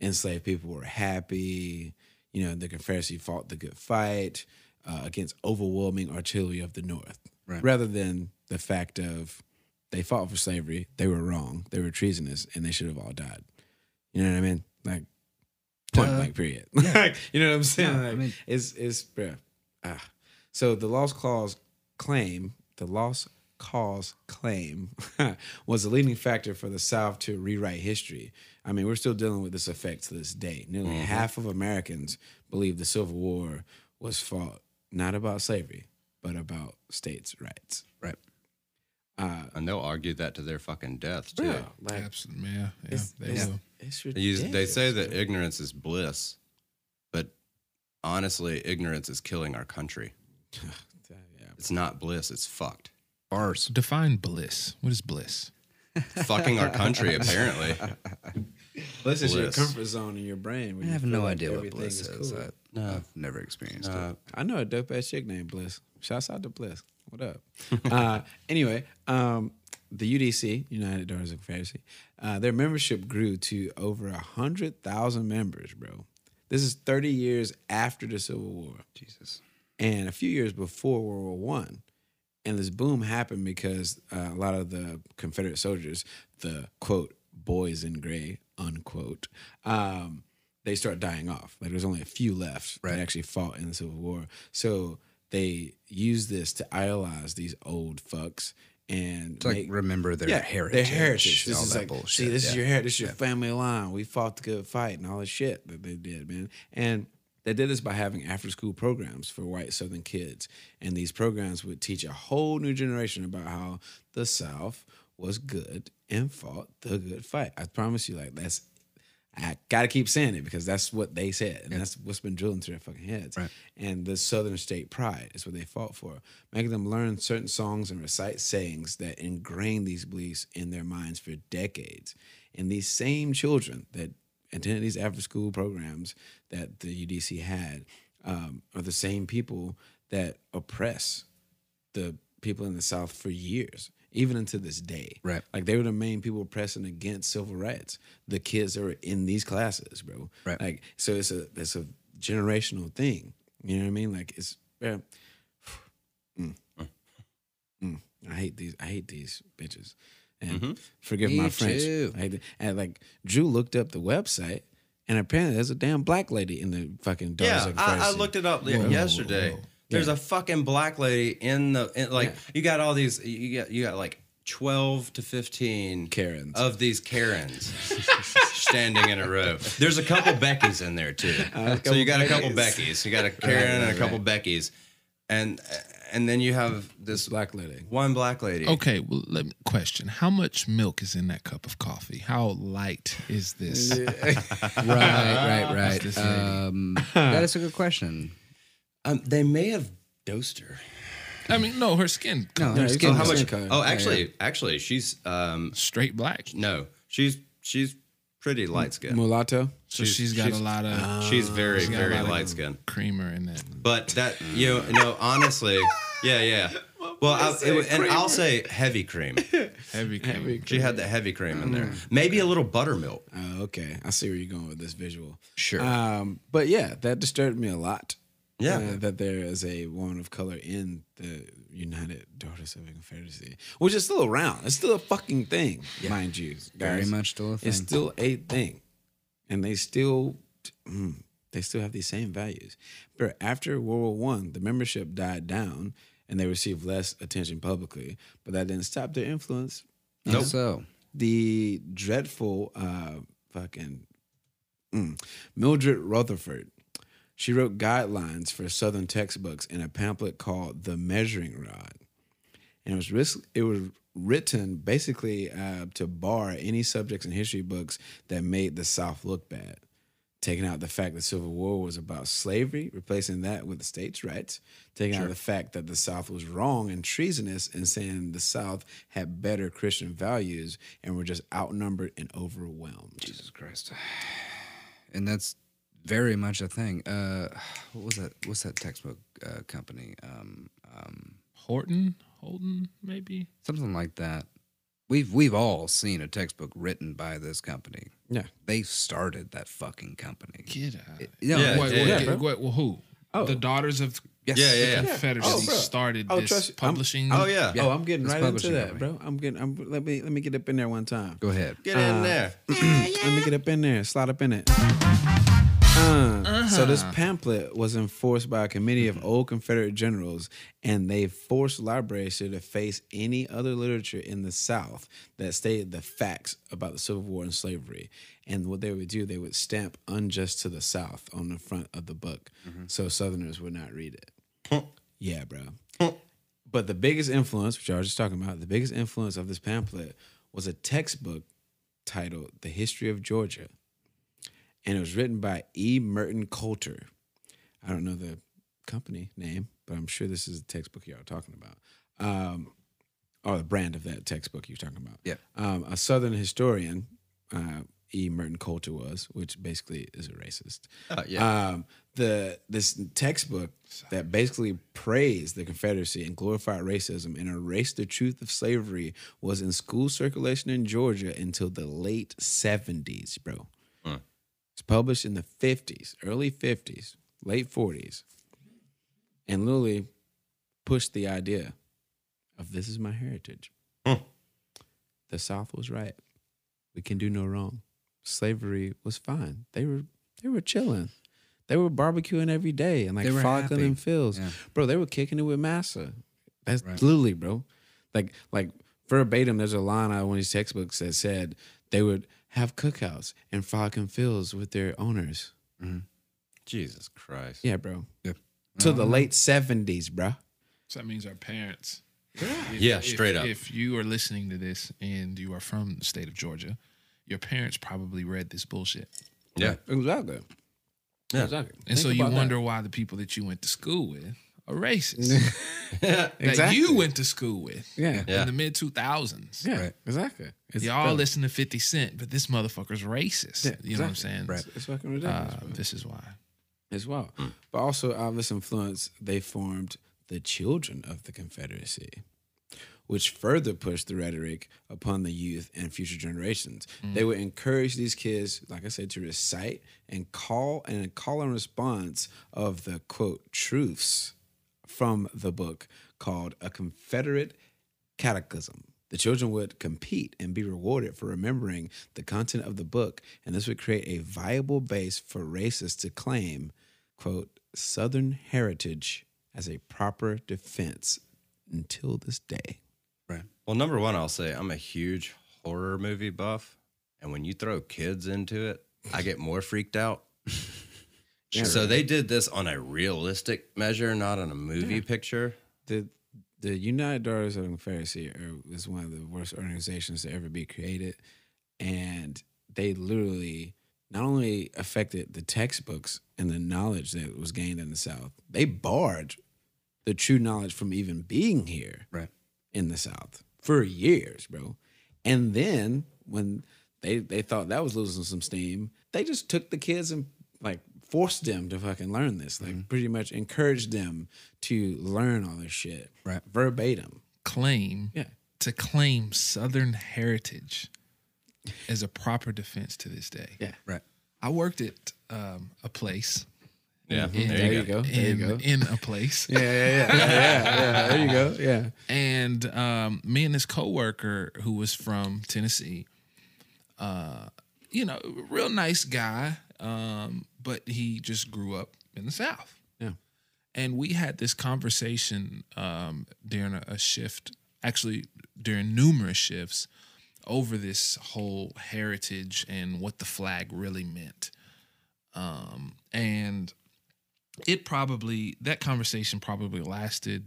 enslaved people were happy. You know, the Confederacy fought the good fight uh, against overwhelming artillery of the North,
Right.
rather than the fact of they fought for slavery, they were wrong, they were treasonous, and they should have all died. You know what I mean? Like point
Duh.
blank, period. like, you know what I'm saying?
Yeah, I
like,
mean-
it's it's bruh. Ah. So the lost cause claim, the lost cause claim was a leading factor for the South to rewrite history. I mean, we're still dealing with this effect to this day. Nearly
Mm-hmm.
half of Americans believe the Civil War was fought not about slavery, but about states' rights.
Right.
Uh,
And they'll argue that to their fucking death too.
bruh, like
Absolutely. Yeah. yeah
it's,
they
it's,
will.
it's
They, use, they say
ridiculous,
that ignorance is bliss, but honestly, ignorance is killing our country.
bruh. Yeah.
It's not bliss. It's fucked.
Bars.
Define bliss. What is bliss?
Fucking our country, apparently.
Bliss is your
Bliss.
comfort zone in your brain. where
I
you
have
feel
no
like
idea what
everything
bliss is.
cool.
I, I've never experienced it.
Uh,
I know a dope ass chick named Bliss. Shouts out to Bliss. What up? uh, anyway, um, the UDC, United Daughters of Confederacy, uh, their membership grew to over a hundred thousand members, bro. This is thirty years after the Civil War
Jesus.
and a few years before World War One. And this boom happened because uh, a lot of the Confederate soldiers, the quote boys in gray unquote, um, they start dying off. Like there's only a few left
Right.
that actually fought in the Civil War. So they use this to idolize these old fucks and
It's like
make-
remember their heritage.
their heritage. This
all
is
that
like,
bullshit.
see, this is
Yeah.
your heritage, this is your family line. We fought the good fight and all the shit that they did, man. And they did this by having after school programs for white Southern kids. And these programs would teach a whole new generation about how the South was good and fought the good fight. I promise you, like, that's I gotta keep saying it because that's what they said, and that's what's been drilled into their fucking heads. And the Southern state pride is what they fought for, making them learn certain songs and recite sayings that ingrain these beliefs in their minds for decades. And these same children that attended these after-school programs that the UDC had um, are the same people that oppress the people in the South for years, even into this day.
Right.
Like they were the main people pressing against civil rights. The kids that were in these classes, bro.
Right.
Like so, it's a it's a generational thing. You know what I mean? Like it's. Yeah. Mm. Mm. I hate these. I hate these bitches. And
Mm-hmm.
forgive
Me
my French.
too.
I hate th- and like Drew looked up the website, and apparently there's a damn black lady in the fucking.
yeah, I, I looked it up
whoa,
yesterday.
whoa.
There's a fucking black lady in the in, like you got all these you got you got like 12 to 15
Karens.
of these Karens standing in a row. There's a couple Beckys in there too. so you got a couple Beckys. You got a Karen and a couple Beckys. And and then you have this
Black lady.
one black lady.
Okay, well, let me question. How much milk is in that cup of coffee? How light is this?
right, right,
this
right.
lady?
Um, that is a good question.
Um, they may have dosed her.
I mean, no, her skin
No,
it's
it's getting
not
How
Skin color.
much? Oh, actually, actually, she's um,
straight black.
no, she's she's pretty light skinned.
Mulatto.
So she's got a lot of
She's uh, very
uh, got a
very
lot of-
light skinned.
creamer in it.
But that you know, no, honestly, yeah, yeah. Well, I, it, and I'll say heavy cream.
Heavy creamer.
She had that heavy cream in there.
Mm.
Maybe a little buttermilk.
Oh, okay. I see where you're going with this visual.
Sure.
Um, but yeah, that disturbed me a lot.
Yeah.
uh, that there is a woman of color in the United Daughters of the Confederacy, which is still around. It's still a fucking thing, mind you.
very
guys.
much still a thing.
It's still a thing, and they still, mm, they still have these same values. But after World War One, the membership died down, and they received less attention publicly. But that didn't stop their influence
nope. So
the dreadful uh, fucking mm, Mildred Rutherford. She wrote guidelines for Southern textbooks in a pamphlet called "The Measuring Rod," and it was risk, it was written basically uh, to bar any subjects in history books that made the South look bad. Taking out the fact that Civil War was about slavery, replacing that with the states' rights. Taking out the fact that the South was wrong and treasonous, and saying the South had better Christian values and were just outnumbered and overwhelmed.
Jesus Christ, and that's very much a thing. Uh, what was that? What's that textbook uh, company? Um, um,
Horton, Holden, maybe.
something like that. We've we've all seen a textbook written by this company.
Yeah.
They started that fucking company.
Get out. of
No,
Yeah.
Wait,
yeah,
wait,
bro.
wait, well, who? The daughters of
yes.
Yeah, yeah, yeah.
Confederacy
Oh, bro.
started
Oh,
this
trust- I'm-
publishing.
Oh yeah.
Yeah.
Oh, I'm getting
It's
right into
publishing
that,
company.
bro. I'm getting. I'm, let me let me get up in there one time.
Go ahead.
Get in
Uh,
there.
Let me get up in there, slide up in it. Uh, So this pamphlet was enforced by a committee of old Confederate generals, and they forced libraries to deface any other literature in the South that stated the facts about the Civil War and slavery. And what they would do, they would stamp "unjust to the South" on the front of the book, so Southerners would not read it. yeah, bro. But the biggest influence, which I was just talking about, the biggest influence of this pamphlet was a textbook titled The History of Georgia. And it was written by E. Merton Coulter. I don't know the company name, but I'm sure this is the textbook y'all are talking about. Um, or the brand of that textbook you're talking about.
Yeah.
Um, a Southern historian, uh, E. Merton Coulter was, which basically is a racist
Oh, yeah.
um, the this textbook that basically praised the Confederacy and glorified racism and erased the truth of slavery was in school circulation in Georgia until the late seventies, bro. It's published in the fifties, early fifties, late forties, and literally pushed the idea of this is my heritage. The South was right. We can do no wrong. Slavery was fine. They were they were chilling. They were barbecuing every day and like
They were
frolicking
happy.
in fields.
Yeah.
Bro, they were kicking it with massa. That's literally, bro. Like like verbatim, there's a line out of one of these textbooks that said they would have cookouts and frolic in fields with their owners.
Jesus Christ.
Yeah, bro.
Yeah. Uh-huh.
To the late seventies, bro.
So that means our parents.
Yeah,
If-
straight up.
If you are listening to this and you are from the state of Georgia, your parents probably read this bullshit.
yeah.
Exactly.
Yeah.
Exactly.
And
Think
so you
about that.
wonder why the people that you went to school with are racist. That
Exactly.
you went to school with
Yeah.
Yeah.
in the mid 2000s.
Yeah,
Right.
exactly. It's
Y'all
bro,
listen to 50 Cent, but this motherfucker's racist.
Yeah,
you know what I'm
exactly.
saying?
Right.
It's fucking
Uh, hmm.
ridiculous bro,
this is why.
as well. But also, out of this influence, they formed the Children of the Confederacy, which further pushed the rhetoric upon the youth and future generations. They
Mm.
would encourage these kids, like I said, to recite and call and call and response of the quote truths from the book called A Confederate Catechism. The children would compete and be rewarded for remembering the content of the book, and this would create a viable base for racists to claim, quote, Southern heritage as a proper defense until this day.
Right.
Well, number one, I'll say I'm a huge horror movie buff, and when you throw kids into it, I get more freaked out. So they did this on a realistic measure, not on a movie picture.
the the United Daughters of the Confederacy are- is one of the worst organizations to ever be created, and they literally not only affected the textbooks and the knowledge that was gained in the South, they barred the true knowledge from even being here
Right.
in the South for years, bro. And then when they they thought that was losing some steam, they just took the kids and like forced them to fucking learn this,
Mm-hmm.
like pretty much encouraged them to learn all this shit,
Right.
Verbatim.
claim
Yeah.
to claim Southern heritage as a proper defense to this day.
Yeah.
Right.
I worked at um, a place.
Yeah,
Mm-hmm.
in-
there you go.
There you
in,
go.
in a place.
Yeah, yeah, yeah, yeah, yeah, yeah. There you go. Yeah.
And um, me and this coworker who was from Tennessee, uh, you know, real nice guy, um, but he just grew up in the South.
Yeah.
And we had this conversation um, during a, a shift, actually during numerous shifts, over this whole heritage and what the flag really meant. Um, and it probably that conversation probably lasted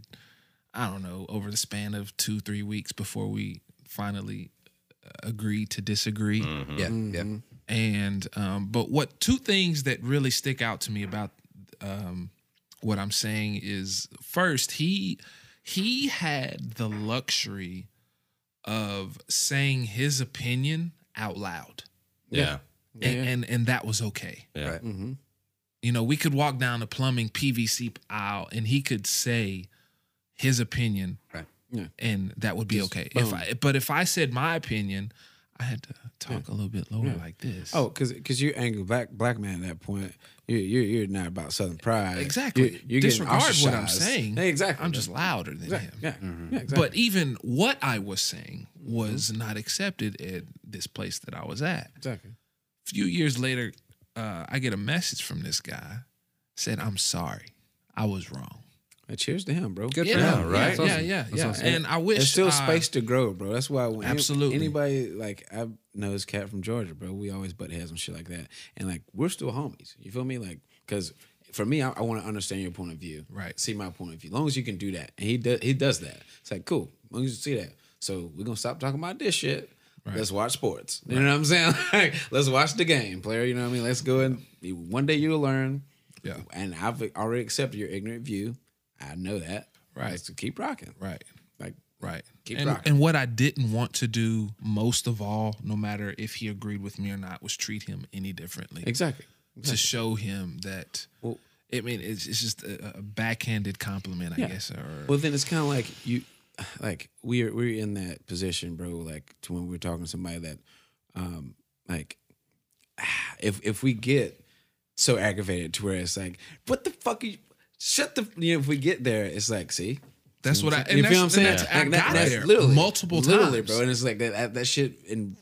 I don't know, over the span of two, three weeks before we finally uh, agreed to disagree.
Mm-hmm.
Yeah. Yeah.
And, um, but what two things that really stick out to me about um, what I'm saying is first, he, he had the luxury of saying his opinion out loud.
Yeah,
Yeah.
And, and, and that was okay.
yeah.
Right.
Mm-hmm.
You know, we could walk down the plumbing PVC aisle and he could say his opinion.
Right.
Yeah.
And that would be okay. If I but if I said my opinion, I had to talk a little bit lower like this.
Oh, because because you're angry black black man at that point. You're you're, you're not about Southern pride.
exactly.
You're, you're getting
Disregard what I'm
ostracized.
saying.
Yeah, exactly.
I'm just louder than him.
yeah, yeah, exactly. Mm-hmm.
But even what I was saying was not accepted at this place that I was at.
exactly.
few years later, uh, I get a message from this guy said, I'm sorry. I was wrong.
Uh, cheers to him, bro.
Good
Yeah,
for
yeah,
him, right?
Yeah, yeah, yeah. And I wish
There's still
I-
space to grow, bro. That's why when any-
Absolutely.
anybody like I know this cat from Georgia, bro. We always butt heads and shit like that, and like we're still homies. You feel me? Like because for me, I, I want to understand your point of view,
Right.
See my point of view. As long as you can do that, and he does, he does that. It's like cool. As long as you see that, so we're gonna stop talking about this shit. Let's watch sports. You know what I'm saying? Like, let's watch the game, player. You know what I mean? Let's go and one day you'll learn.
Yeah.
And I've already accepted your ignorant view. I know that.
Right.
Let's keep rocking.
Right.
Like
Right.
Keep
and,
rocking.
and what I didn't want to do most of all, no matter if he agreed with me or not, was treat him any differently.
Exactly.
To show him that,
Well-
I mean, it's, it's just a, a backhanded compliment, I
Yeah.
guess. Or,
Well, then it's kind of like you, like we're we're in that position, bro. Like to when we're talking to somebody that, um, like, if if we get so aggravated to where it's like, what the fuck are you? Shut the. You know, if we get there, it's like, see,
that's what I, and
you
that's,
feel what I'm saying?
and that's- I
Like, that-
got
that's
there
literally
multiple
literally,
times.
bro. And it's like that that, that shit in,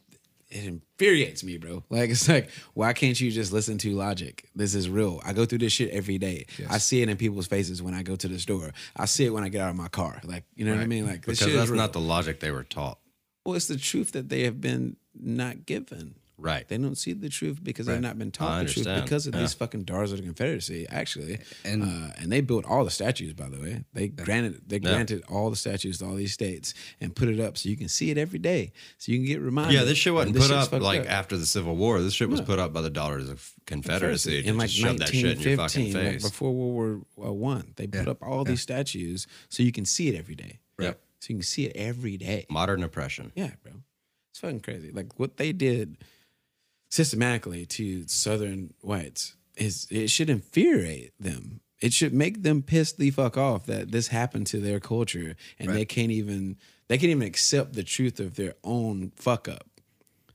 it infuriates me, bro. Like it's like, why can't you just listen to logic? This is real. I go through this shit every day. I see it in people's faces when I go to the store. I see it when I get out of my car. Like you know what I mean? Like this
Because
shit
that's
is real.
not the logic they were taught.
well, it's the truth that they have been not given.
Right.
They don't see the truth because they've not been taught the
I
truth
understand.
because of
Yeah.
these fucking daughters of the Confederacy, actually. And
And-
uh, and they built all the statues, by the way. They granted they granted all the statues to all these states and put it up so you can see it every day, so you can get reminded.
Yeah, this shit wasn't
This
put
shit's
up
fucked
like after the Civil War. This shit was put up by the Daughters of Confederacy. to
in like
just shove that shit in your fucking
1915, like
face.
before World War uh, One, they put up all these statues so you can see it every day.
Yep.
So you can see it every day.
Modern oppression.
Yeah, bro. It's fucking crazy. Like what they did systematically to southern whites is it should infuriate them. It should make them piss the fuck off that this happened to their culture and they can't even they can't even accept the truth of their own fuck up.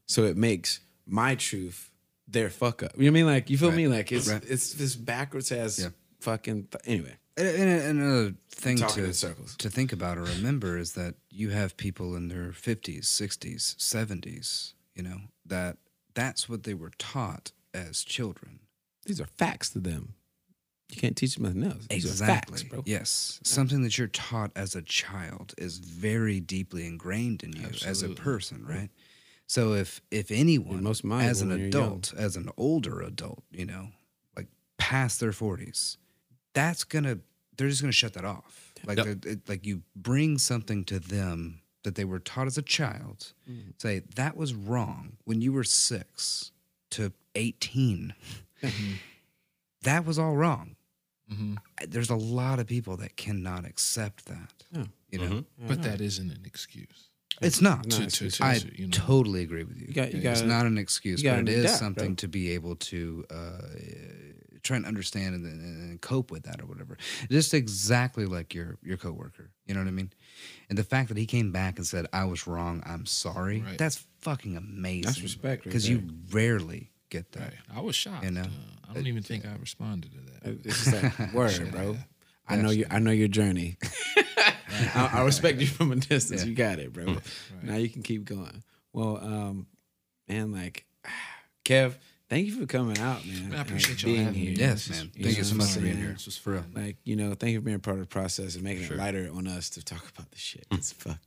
So it makes my truth their fuck up. You know what I mean? Like you feel me? Like it's
Right.
it's this backwards ass
Yeah.
fucking th- anyway.
And, and another thing
Talking
to,
in circles.
to think about or remember is that you have people in their 50s, 60s, 70s, you know, that that's what they were taught as children.
These are facts to them. You can't teach them nothing else. These are facts,
Exactly.
bro.
Yes. Something that you're taught as a child is very deeply ingrained in you as a person, right? So if if anyone
most valuable
as an
when you're
adult, as an older adult, you know, like past their 40s, that's going to they're just going to shut that off. Like
Yep.
it- it- like you bring something to them that they were taught as a child.
Mm-hmm.
Say that was wrong when you were 6 to 18.
Mm-hmm.
that was all wrong there's a lot of people that cannot accept that.
Yeah.
You know,
Mm-hmm.
But that isn't an excuse.
it's not.
No,
To, to, to,
I
to, you know,
totally agree with you.
You got- you
it's
gotta-
not an excuse,
you
but
gotta
it is
adapt,
something
bro.
to be able to uh, try and understand and, and, and cope with that or whatever. Just exactly like your your coworker. You know what I mean? And the fact that he came back and said, "I was wrong. I'm sorry."
Right.
That's fucking amazing.
respect right
because you rarely get that.
right. I was shocked.
You know?
uh, I don't even think I responded to that.
It's just like word, bro. I know you. I know your journey. I, I respect you from a distance. You got it, bro. Now you can keep going. Well, um, man, like Kev, thank you for coming out, man.
Man, I
Like,
appreciate y'all
being
having me.
here.
Yes, man. Thank
You know
you so
what
much
I'm
for being
saying?
here. It's for real.
Like you know, thank you for being part of the process and making it lighter on us to talk about this shit. It's fuck.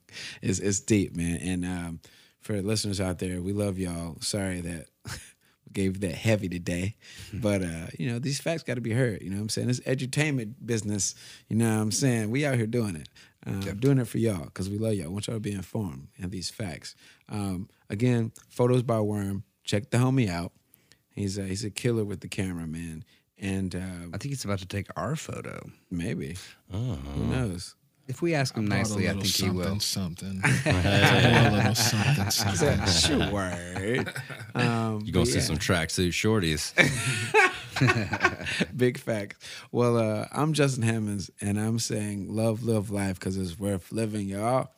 It's it's deep, man. And um, for listeners out there, we love y'all. Sorry that we gave that heavy today, but uh, you know these facts got to be heard. You know what I'm saying? It's entertainment business. You know what I'm saying? We out here doing it. Um, Doing it for y'all because we love y'all. I want y'all to be informed and these facts. Um, again, photos by Worm. Check the homie out. He's a, he's a killer with the camera, man. And uh,
I think he's about to take our photo.
maybe who knows?
If we ask him nicely, I think he
something,
will.
Something. I bought a little something. something.
Sure word. Um,
You're going
but
to see
yeah,
some tracksuit shorties.
big facts. Well, uh, I'm Justin Hammonds, and I'm saying love, live life because it's worth living, y'all.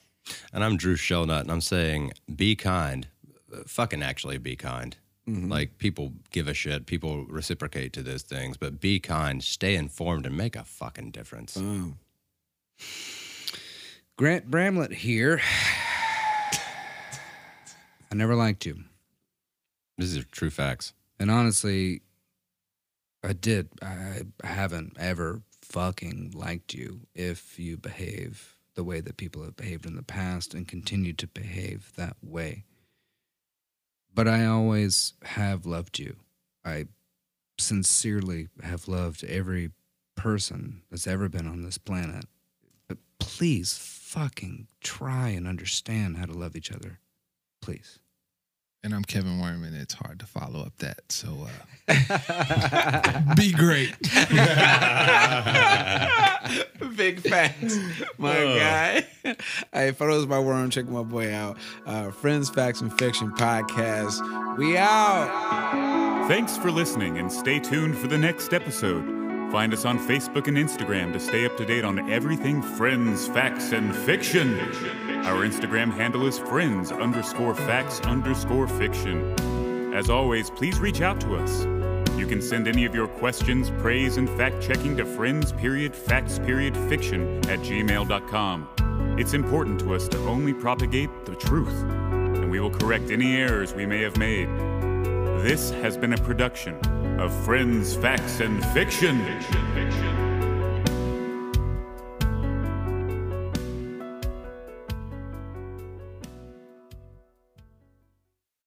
and I'm Drew Shelnut, and I'm saying be kind. Uh, Fucking actually be kind. Like people give a shit, people reciprocate to those things, but be kind, stay informed, and make a fucking difference.
Boom.
Grant Bramlett here. I never liked you.
These are true facts.
And honestly, I did. I I haven't ever fucking liked you if you behave the way that people have behaved in the past and continue to behave that way. But I always have loved you. I sincerely have loved every person that's ever been on this planet. But please fucking try and understand how to love each other. Please.
And I'm Kevin Worm, and it's hard to follow up that. So uh, be great.
Big facts, my guy. hey, photos by Warren, check my boy out. Uh, Friends, Facts, and Fiction podcast. We out.
Thanks for listening and stay tuned for the next episode. Find us on Facebook and Instagram to stay up to date on everything friends, facts, and fiction. Our Instagram handle is friends underscore facts underscore fiction. As always, please reach out to us. You can send any of your questions, praise, and fact checking to friends period facts period fiction at gmail.com. It's important to us to only propagate the truth, and we will correct any errors we may have made. This has been a production of Friends Facts and Fiction.